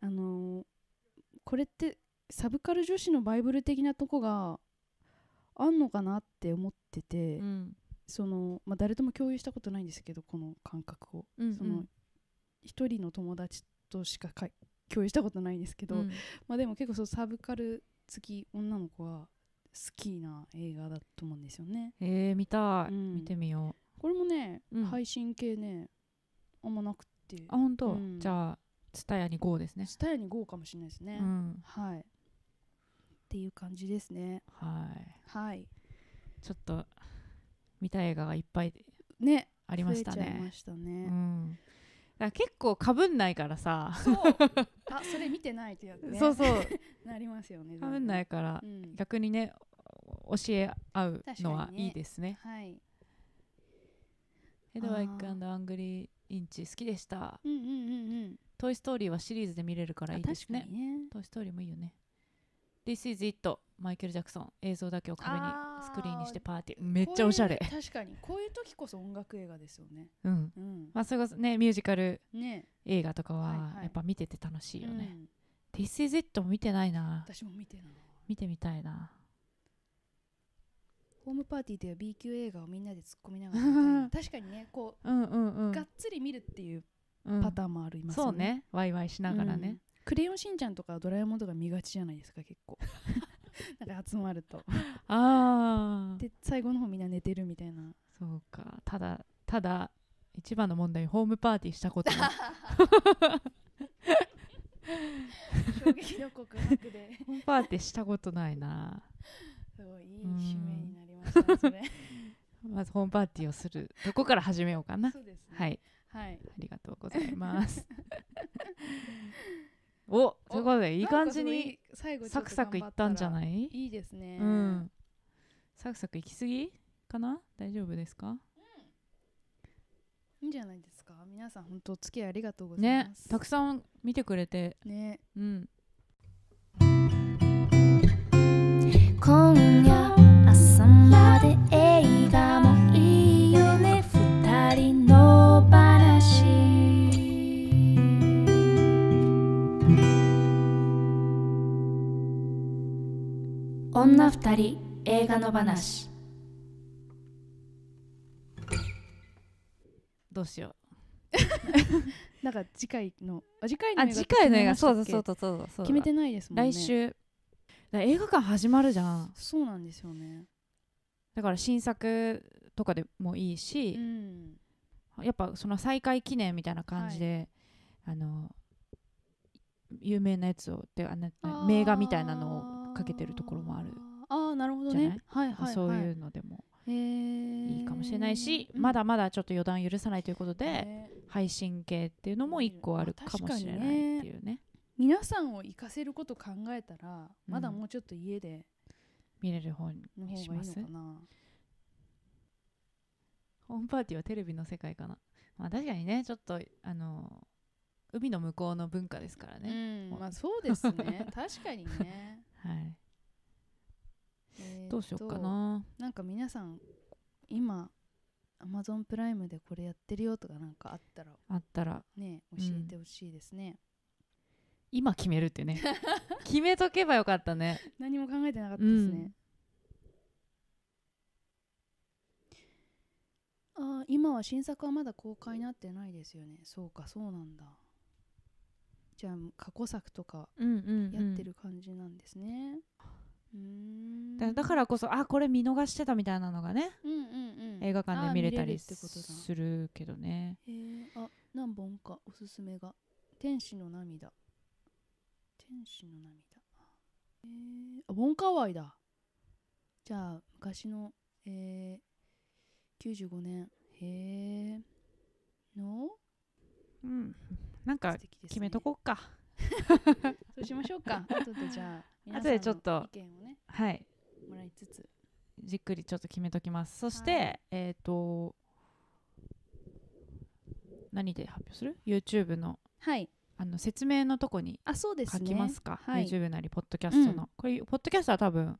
Speaker 2: あのーこれってサブカル女子のバイブル的なとこがあんのかなって思ってて、
Speaker 3: うん
Speaker 2: その、まあ、誰とも共有したことないんですけどこの感覚を、
Speaker 3: うん
Speaker 2: その一人の友達としかかい共有したことないんですけど、
Speaker 3: うん
Speaker 2: まあでも結構そうサブカル好き女の子は好きな映画だと思うんですよね
Speaker 3: へえ見たい
Speaker 2: うん
Speaker 3: 見てみよ
Speaker 2: これもね、
Speaker 3: うん
Speaker 2: 配信系ねあんまなくて
Speaker 3: うあ本当
Speaker 2: うん
Speaker 3: じゃあツタヤに GO ですね
Speaker 2: スタヤに GO かもしれないですね、
Speaker 3: うん
Speaker 2: はいっていう感じですね
Speaker 3: はい
Speaker 2: はい
Speaker 3: ちょっと見たい映画がいっぱい
Speaker 2: ね
Speaker 3: ありました
Speaker 2: 増えちゃい
Speaker 3: ね
Speaker 2: ましたね、
Speaker 3: うんだから結構かぶんないからさ
Speaker 2: そうあそれ見てないってやつね
Speaker 3: そうそう
Speaker 2: なりますよね、
Speaker 3: かぶんないいから
Speaker 2: うん、
Speaker 3: 逆にね教え合うのは
Speaker 2: 確かにね
Speaker 3: いいですね
Speaker 2: はい
Speaker 3: ヘドウェイ
Speaker 2: あ
Speaker 3: クアングリーインチ好きでした
Speaker 2: うんうんうんうん
Speaker 3: トイ・ストーリーはシリーズで見れるからいいです
Speaker 2: あ確
Speaker 3: ね
Speaker 2: かにね
Speaker 3: トイ・ストーリーもいいよね This is it マイケル・ジャクソン映像だけを壁に
Speaker 2: あー
Speaker 3: スクリーンにしてパーティーめっちゃおしゃれ
Speaker 2: こういう確かにこういう時こそ音楽映画ですよね
Speaker 3: うん
Speaker 2: うん
Speaker 3: まあそれこそねミュージカル
Speaker 2: ね
Speaker 3: 映画とか
Speaker 2: はい
Speaker 3: は
Speaker 2: はい
Speaker 3: やっぱ見てて楽し
Speaker 2: い
Speaker 3: いよね、This is it も見てないな
Speaker 2: 私も見てない
Speaker 3: 見てみたいな
Speaker 2: ホームパーティーでは B 級映画をみんなで突っ込みながら見たいな 確かにねこ
Speaker 3: うんうんう
Speaker 2: う、
Speaker 3: ん
Speaker 2: がっつり見るっていう
Speaker 3: うん
Speaker 2: パターンもありますよね、
Speaker 3: そうねワイワイしながら
Speaker 2: うん
Speaker 3: ね、
Speaker 2: クレヨンしんちゃんとかドラえもんとか見がちじゃないですか結 構なんか集まると
Speaker 3: あ あ
Speaker 2: で最後の方みんな寝てるみたいな
Speaker 3: そうかただただ一番の問題ホームパーティーしたこと ない
Speaker 2: 衝撃の告白 で
Speaker 3: ホームパーティーしたことないな
Speaker 2: すごいいい
Speaker 3: うん
Speaker 2: 締めになりましたねそれ
Speaker 3: まずホームパーティーをするどこから始めようかな
Speaker 2: そうですね
Speaker 3: はい
Speaker 2: はい
Speaker 3: ありがとうござい ます。おということでいい感じに
Speaker 2: 最後ちょ
Speaker 3: サ
Speaker 2: と
Speaker 3: クサクいったんじゃ
Speaker 2: い
Speaker 3: ない
Speaker 2: いいですね、
Speaker 3: うん、サクサクいきすぎかな大丈夫ですか
Speaker 2: いいんじゃないですか皆さん本当お付き合いありがとうござい
Speaker 3: ね
Speaker 2: ます
Speaker 3: たくさん見てくれて、
Speaker 2: ね
Speaker 3: うん、
Speaker 1: 今夜朝まで映画もいいよね二人の話女二人映画の話
Speaker 3: どうしよ
Speaker 2: なんか次回のあ次回
Speaker 3: う
Speaker 2: の映
Speaker 3: あ
Speaker 2: 画
Speaker 3: 次回の映画
Speaker 2: 決め
Speaker 3: そう
Speaker 2: ま
Speaker 3: だ
Speaker 2: した
Speaker 3: そ
Speaker 2: っ
Speaker 3: う
Speaker 2: け
Speaker 3: だそうだそうだ
Speaker 2: 決めてないですもんね
Speaker 3: 来週だから映画館始まるじゃん
Speaker 2: そうなんですよね
Speaker 3: だから新作とかでもいいし
Speaker 2: う、ん
Speaker 3: やっぱその再開記念みたいな感じで、あの有名なやつをであの
Speaker 2: あー
Speaker 3: 名画みたいなのをかけてるところもある、
Speaker 2: あーなるほど
Speaker 3: じゃな
Speaker 2: ね
Speaker 3: い
Speaker 2: はいはいはい
Speaker 3: そういうのでも
Speaker 2: へー
Speaker 3: いいかもしれないし、まだまだちょっと予断許さないということで、
Speaker 2: ね
Speaker 3: 配信系っていうのも一個あるかもしれないっていうね
Speaker 2: 皆さんを活かせること考えたら、まだ
Speaker 3: うん
Speaker 2: もうちょっと家で
Speaker 3: 見れる方に
Speaker 2: の方がいい
Speaker 3: し
Speaker 2: の
Speaker 3: ます
Speaker 2: かな
Speaker 3: ホームパーティーはテレビの世界かなまあ確かにねちょっとあの海の向こうの文化ですからね、
Speaker 2: うんまあそうです ね確かにね
Speaker 3: はい、
Speaker 2: えーっと
Speaker 3: どうしようかな
Speaker 2: なんか皆さん今 Amazon プライムでこれやってるよとかなんかあったら
Speaker 3: あったら
Speaker 2: ね教えてほしいですね、
Speaker 3: 今決めるってね 決めとけばよかったね
Speaker 2: 何も考えてなかったですね、ああ今は新作はまだ公開になってないですよねそうかそうなんだじゃあ過去作とか
Speaker 3: うんうん、
Speaker 2: やってる感じなんですねうーん
Speaker 3: だだからこそあこれ見逃してたみたいなのがね
Speaker 2: うんうんうん
Speaker 3: 映画館で見れたり
Speaker 2: あ見れるってことだ
Speaker 3: するけどね
Speaker 2: へえあ何本かおすすめが「天使の涙」「天使の涙」えー、あウォンカーワイだじゃあ昔のえー、95年へえの
Speaker 3: うんなん
Speaker 2: 素
Speaker 3: か
Speaker 2: 敵です、ね、
Speaker 3: 決めとこっか、
Speaker 2: そうしましょう か後でじゃあ皆さ
Speaker 3: 後
Speaker 2: ん
Speaker 3: でちょっと
Speaker 2: の意見をね
Speaker 3: はい
Speaker 2: もらいつつ
Speaker 3: じっくりちょっと決めときますそして、
Speaker 2: はい
Speaker 3: えっ、と何で発表する YouTube の
Speaker 2: はい
Speaker 3: あの説明のとこに
Speaker 2: あそうです
Speaker 3: 書
Speaker 2: ね
Speaker 3: きますか
Speaker 2: はい
Speaker 3: YouTube なりポッドキャストの、これポッドキャストは多分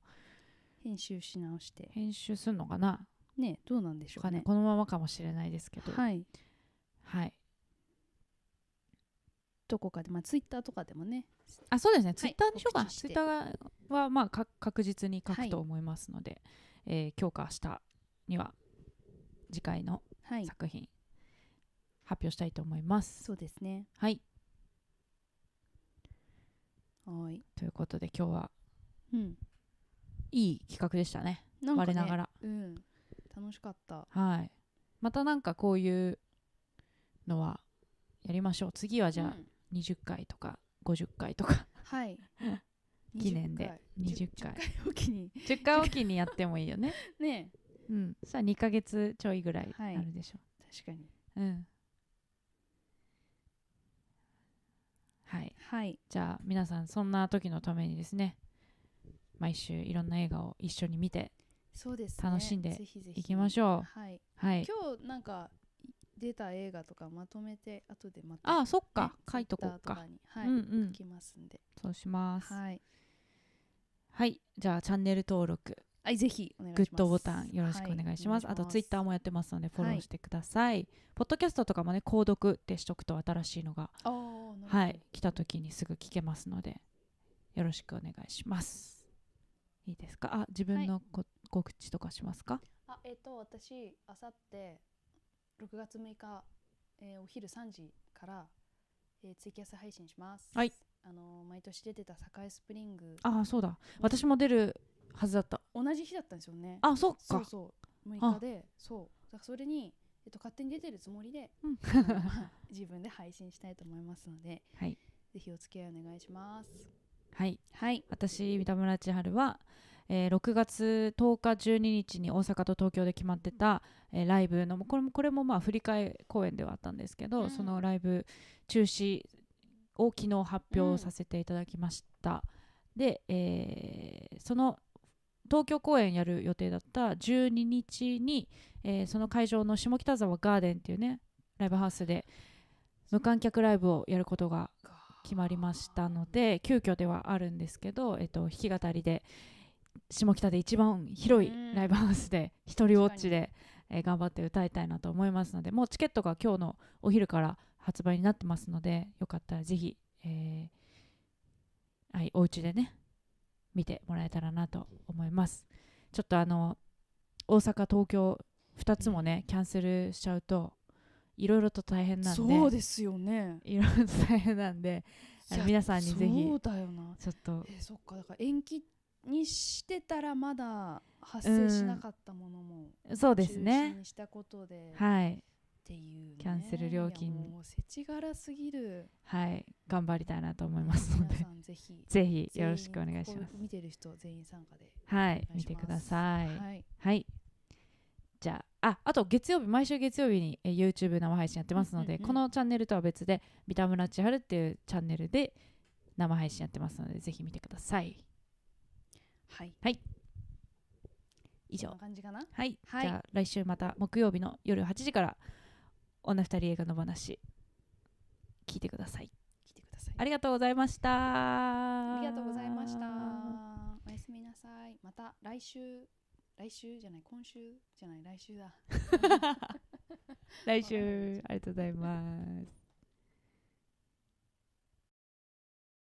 Speaker 2: 編集し直して
Speaker 3: 編集するのかな
Speaker 2: ねどうなんでしょう
Speaker 3: わかんない
Speaker 2: ね
Speaker 3: このままかもしれないですけどはい、
Speaker 2: はいどこかでまあツイッターとかでもね
Speaker 3: あそうですね、ツイッター
Speaker 2: 告知
Speaker 3: にしようか
Speaker 2: し
Speaker 3: ツ
Speaker 2: て
Speaker 3: イッターはまあか確実に書
Speaker 2: は
Speaker 3: く
Speaker 2: い
Speaker 3: と思いますので、えー今日か明日には次回の
Speaker 2: はい
Speaker 3: 作品、発表したいと思います
Speaker 2: そうですね
Speaker 3: はい
Speaker 2: はい。
Speaker 3: ということで今日は
Speaker 2: うん。
Speaker 3: いい企画でしたね
Speaker 2: なんか、ね、
Speaker 3: 我ながら
Speaker 2: うん。楽しかった。
Speaker 3: はいまたなんかこういうのはやりましょう次はじ
Speaker 2: う
Speaker 3: ゃ
Speaker 2: ん
Speaker 3: あ20回とか50回とか
Speaker 2: はい。
Speaker 3: 記念で20
Speaker 2: 10
Speaker 3: 回
Speaker 2: 回おきに。
Speaker 3: 10回おきにやってもいい よね
Speaker 2: ね
Speaker 3: うんさあ2ヶ月ちょいぐらい
Speaker 2: はい
Speaker 3: あるでしょ
Speaker 2: え確かに。
Speaker 3: う、うんはい
Speaker 2: はい。
Speaker 3: じゃあ皆さんそんな時のためにですね毎週いろんな映画を一緒に見て
Speaker 2: そうです、ね。
Speaker 3: 楽しんで
Speaker 2: ぜひぜひ
Speaker 3: いきましょ
Speaker 2: はい。
Speaker 3: うはい
Speaker 2: 今日なんか出た映画とかまとめて後でまた、
Speaker 3: あ
Speaker 2: ね、
Speaker 3: あそっか書いとこう
Speaker 2: Twitter と
Speaker 3: か
Speaker 2: にはい。
Speaker 3: うんうん
Speaker 2: 書きますんで。
Speaker 3: そうします
Speaker 2: はい。
Speaker 3: はい、じゃあチャンネル登録
Speaker 2: はい、ぜひお願いし
Speaker 3: グ
Speaker 2: ます。
Speaker 3: ッドボタンよろしくお願いします,、あとツイッター
Speaker 2: も。
Speaker 3: もやってますのでフォロ
Speaker 2: は
Speaker 3: ー
Speaker 2: い
Speaker 3: してください、ポッドキャストとかもね購読ってしとくと新しいのが、
Speaker 2: ああ、なるほど。
Speaker 3: はい。来た時にすぐ聞けますのでよろしくお願いしますいいですかあ自分のご,、告知とかしますか
Speaker 2: あえっ、と私あさって6月6日、えーお昼3時から、えーツイキャス配信します
Speaker 3: はい
Speaker 2: あのー毎年出てた栄スプリング
Speaker 3: ああそうだ私も出るはずだった
Speaker 2: 同じ日だったんですよね
Speaker 3: あそっか
Speaker 2: そうそう6日でそうだからそれにえっと勝手に出てるつもりで、
Speaker 3: うん
Speaker 2: あの自分で配信したいと思いますので
Speaker 3: はい、
Speaker 2: ぜひお付き合いお願いします
Speaker 3: はい、
Speaker 2: はい
Speaker 3: 私三田村千春は、えー6月10日12日に大阪と東京で決まってた、えーライブのこれもこれもまあ振り替え公演ではあったんですけど、
Speaker 2: うん
Speaker 3: そのライブ中止を昨日発
Speaker 2: うん
Speaker 3: 表させていただきました、で、えーその東京公演やる予定だった12日に、えーその会場の下北沢ガーデンっていうねライブハウスで無観客ライブをやることが決まりましたので急遽ではあるんですけど、えっと、弾き語りで下北で一番広い
Speaker 2: うん
Speaker 3: ライブハウスで一人ウォッチで、えー頑張って歌いたいなと思いますのでもうチケットが今日のお昼から発売になってますのでよかったらぜひ、えーはい、お家でね見てもらえたらなと思いますちょっとあの大阪東京2つもねキャンセルしちゃうといろいろと大変なんで
Speaker 2: そうですよね
Speaker 3: いろいろと大変なんであの
Speaker 2: いや
Speaker 3: 皆さんにぜひ
Speaker 2: そうだよな
Speaker 3: ちょっと
Speaker 2: えーそっかだから延期にしてたらまだ発生しなかったものも
Speaker 3: そう
Speaker 2: 中
Speaker 3: です
Speaker 2: 止
Speaker 3: ね
Speaker 2: にしたことでっ
Speaker 3: はい
Speaker 2: ていうね
Speaker 3: キャンセル料金
Speaker 2: いやもうせちがらすぎる
Speaker 3: はい頑張りたいなと思いますの
Speaker 2: 皆
Speaker 3: で
Speaker 2: さんぜひ
Speaker 3: ぜひよろしくお願いし
Speaker 2: 全員
Speaker 3: ま
Speaker 2: こ
Speaker 3: す
Speaker 2: こ見てる人全員参加で
Speaker 3: は
Speaker 2: お願
Speaker 3: い
Speaker 2: い
Speaker 3: 見
Speaker 2: してます
Speaker 3: ください
Speaker 2: はい
Speaker 3: はいじゃあああと月曜日毎週月曜日にえー YouTube 生配信やってますので、
Speaker 2: うんうんうん
Speaker 3: このチャンネルとは別で三田村千春っていうチャンネルで生配信やってますのでぜひ見てください
Speaker 2: はいこん
Speaker 3: 以上
Speaker 2: な感じかな
Speaker 3: はい、
Speaker 2: はい
Speaker 3: じゃあ来週また木曜日の夜8時から女二人映画の話聞いてください
Speaker 2: 来てください
Speaker 3: ありがとうございました
Speaker 2: ありがとうございましたおやすみなさいまた来週来週じゃない今週じゃない来週だ
Speaker 3: 来週ありがとうございます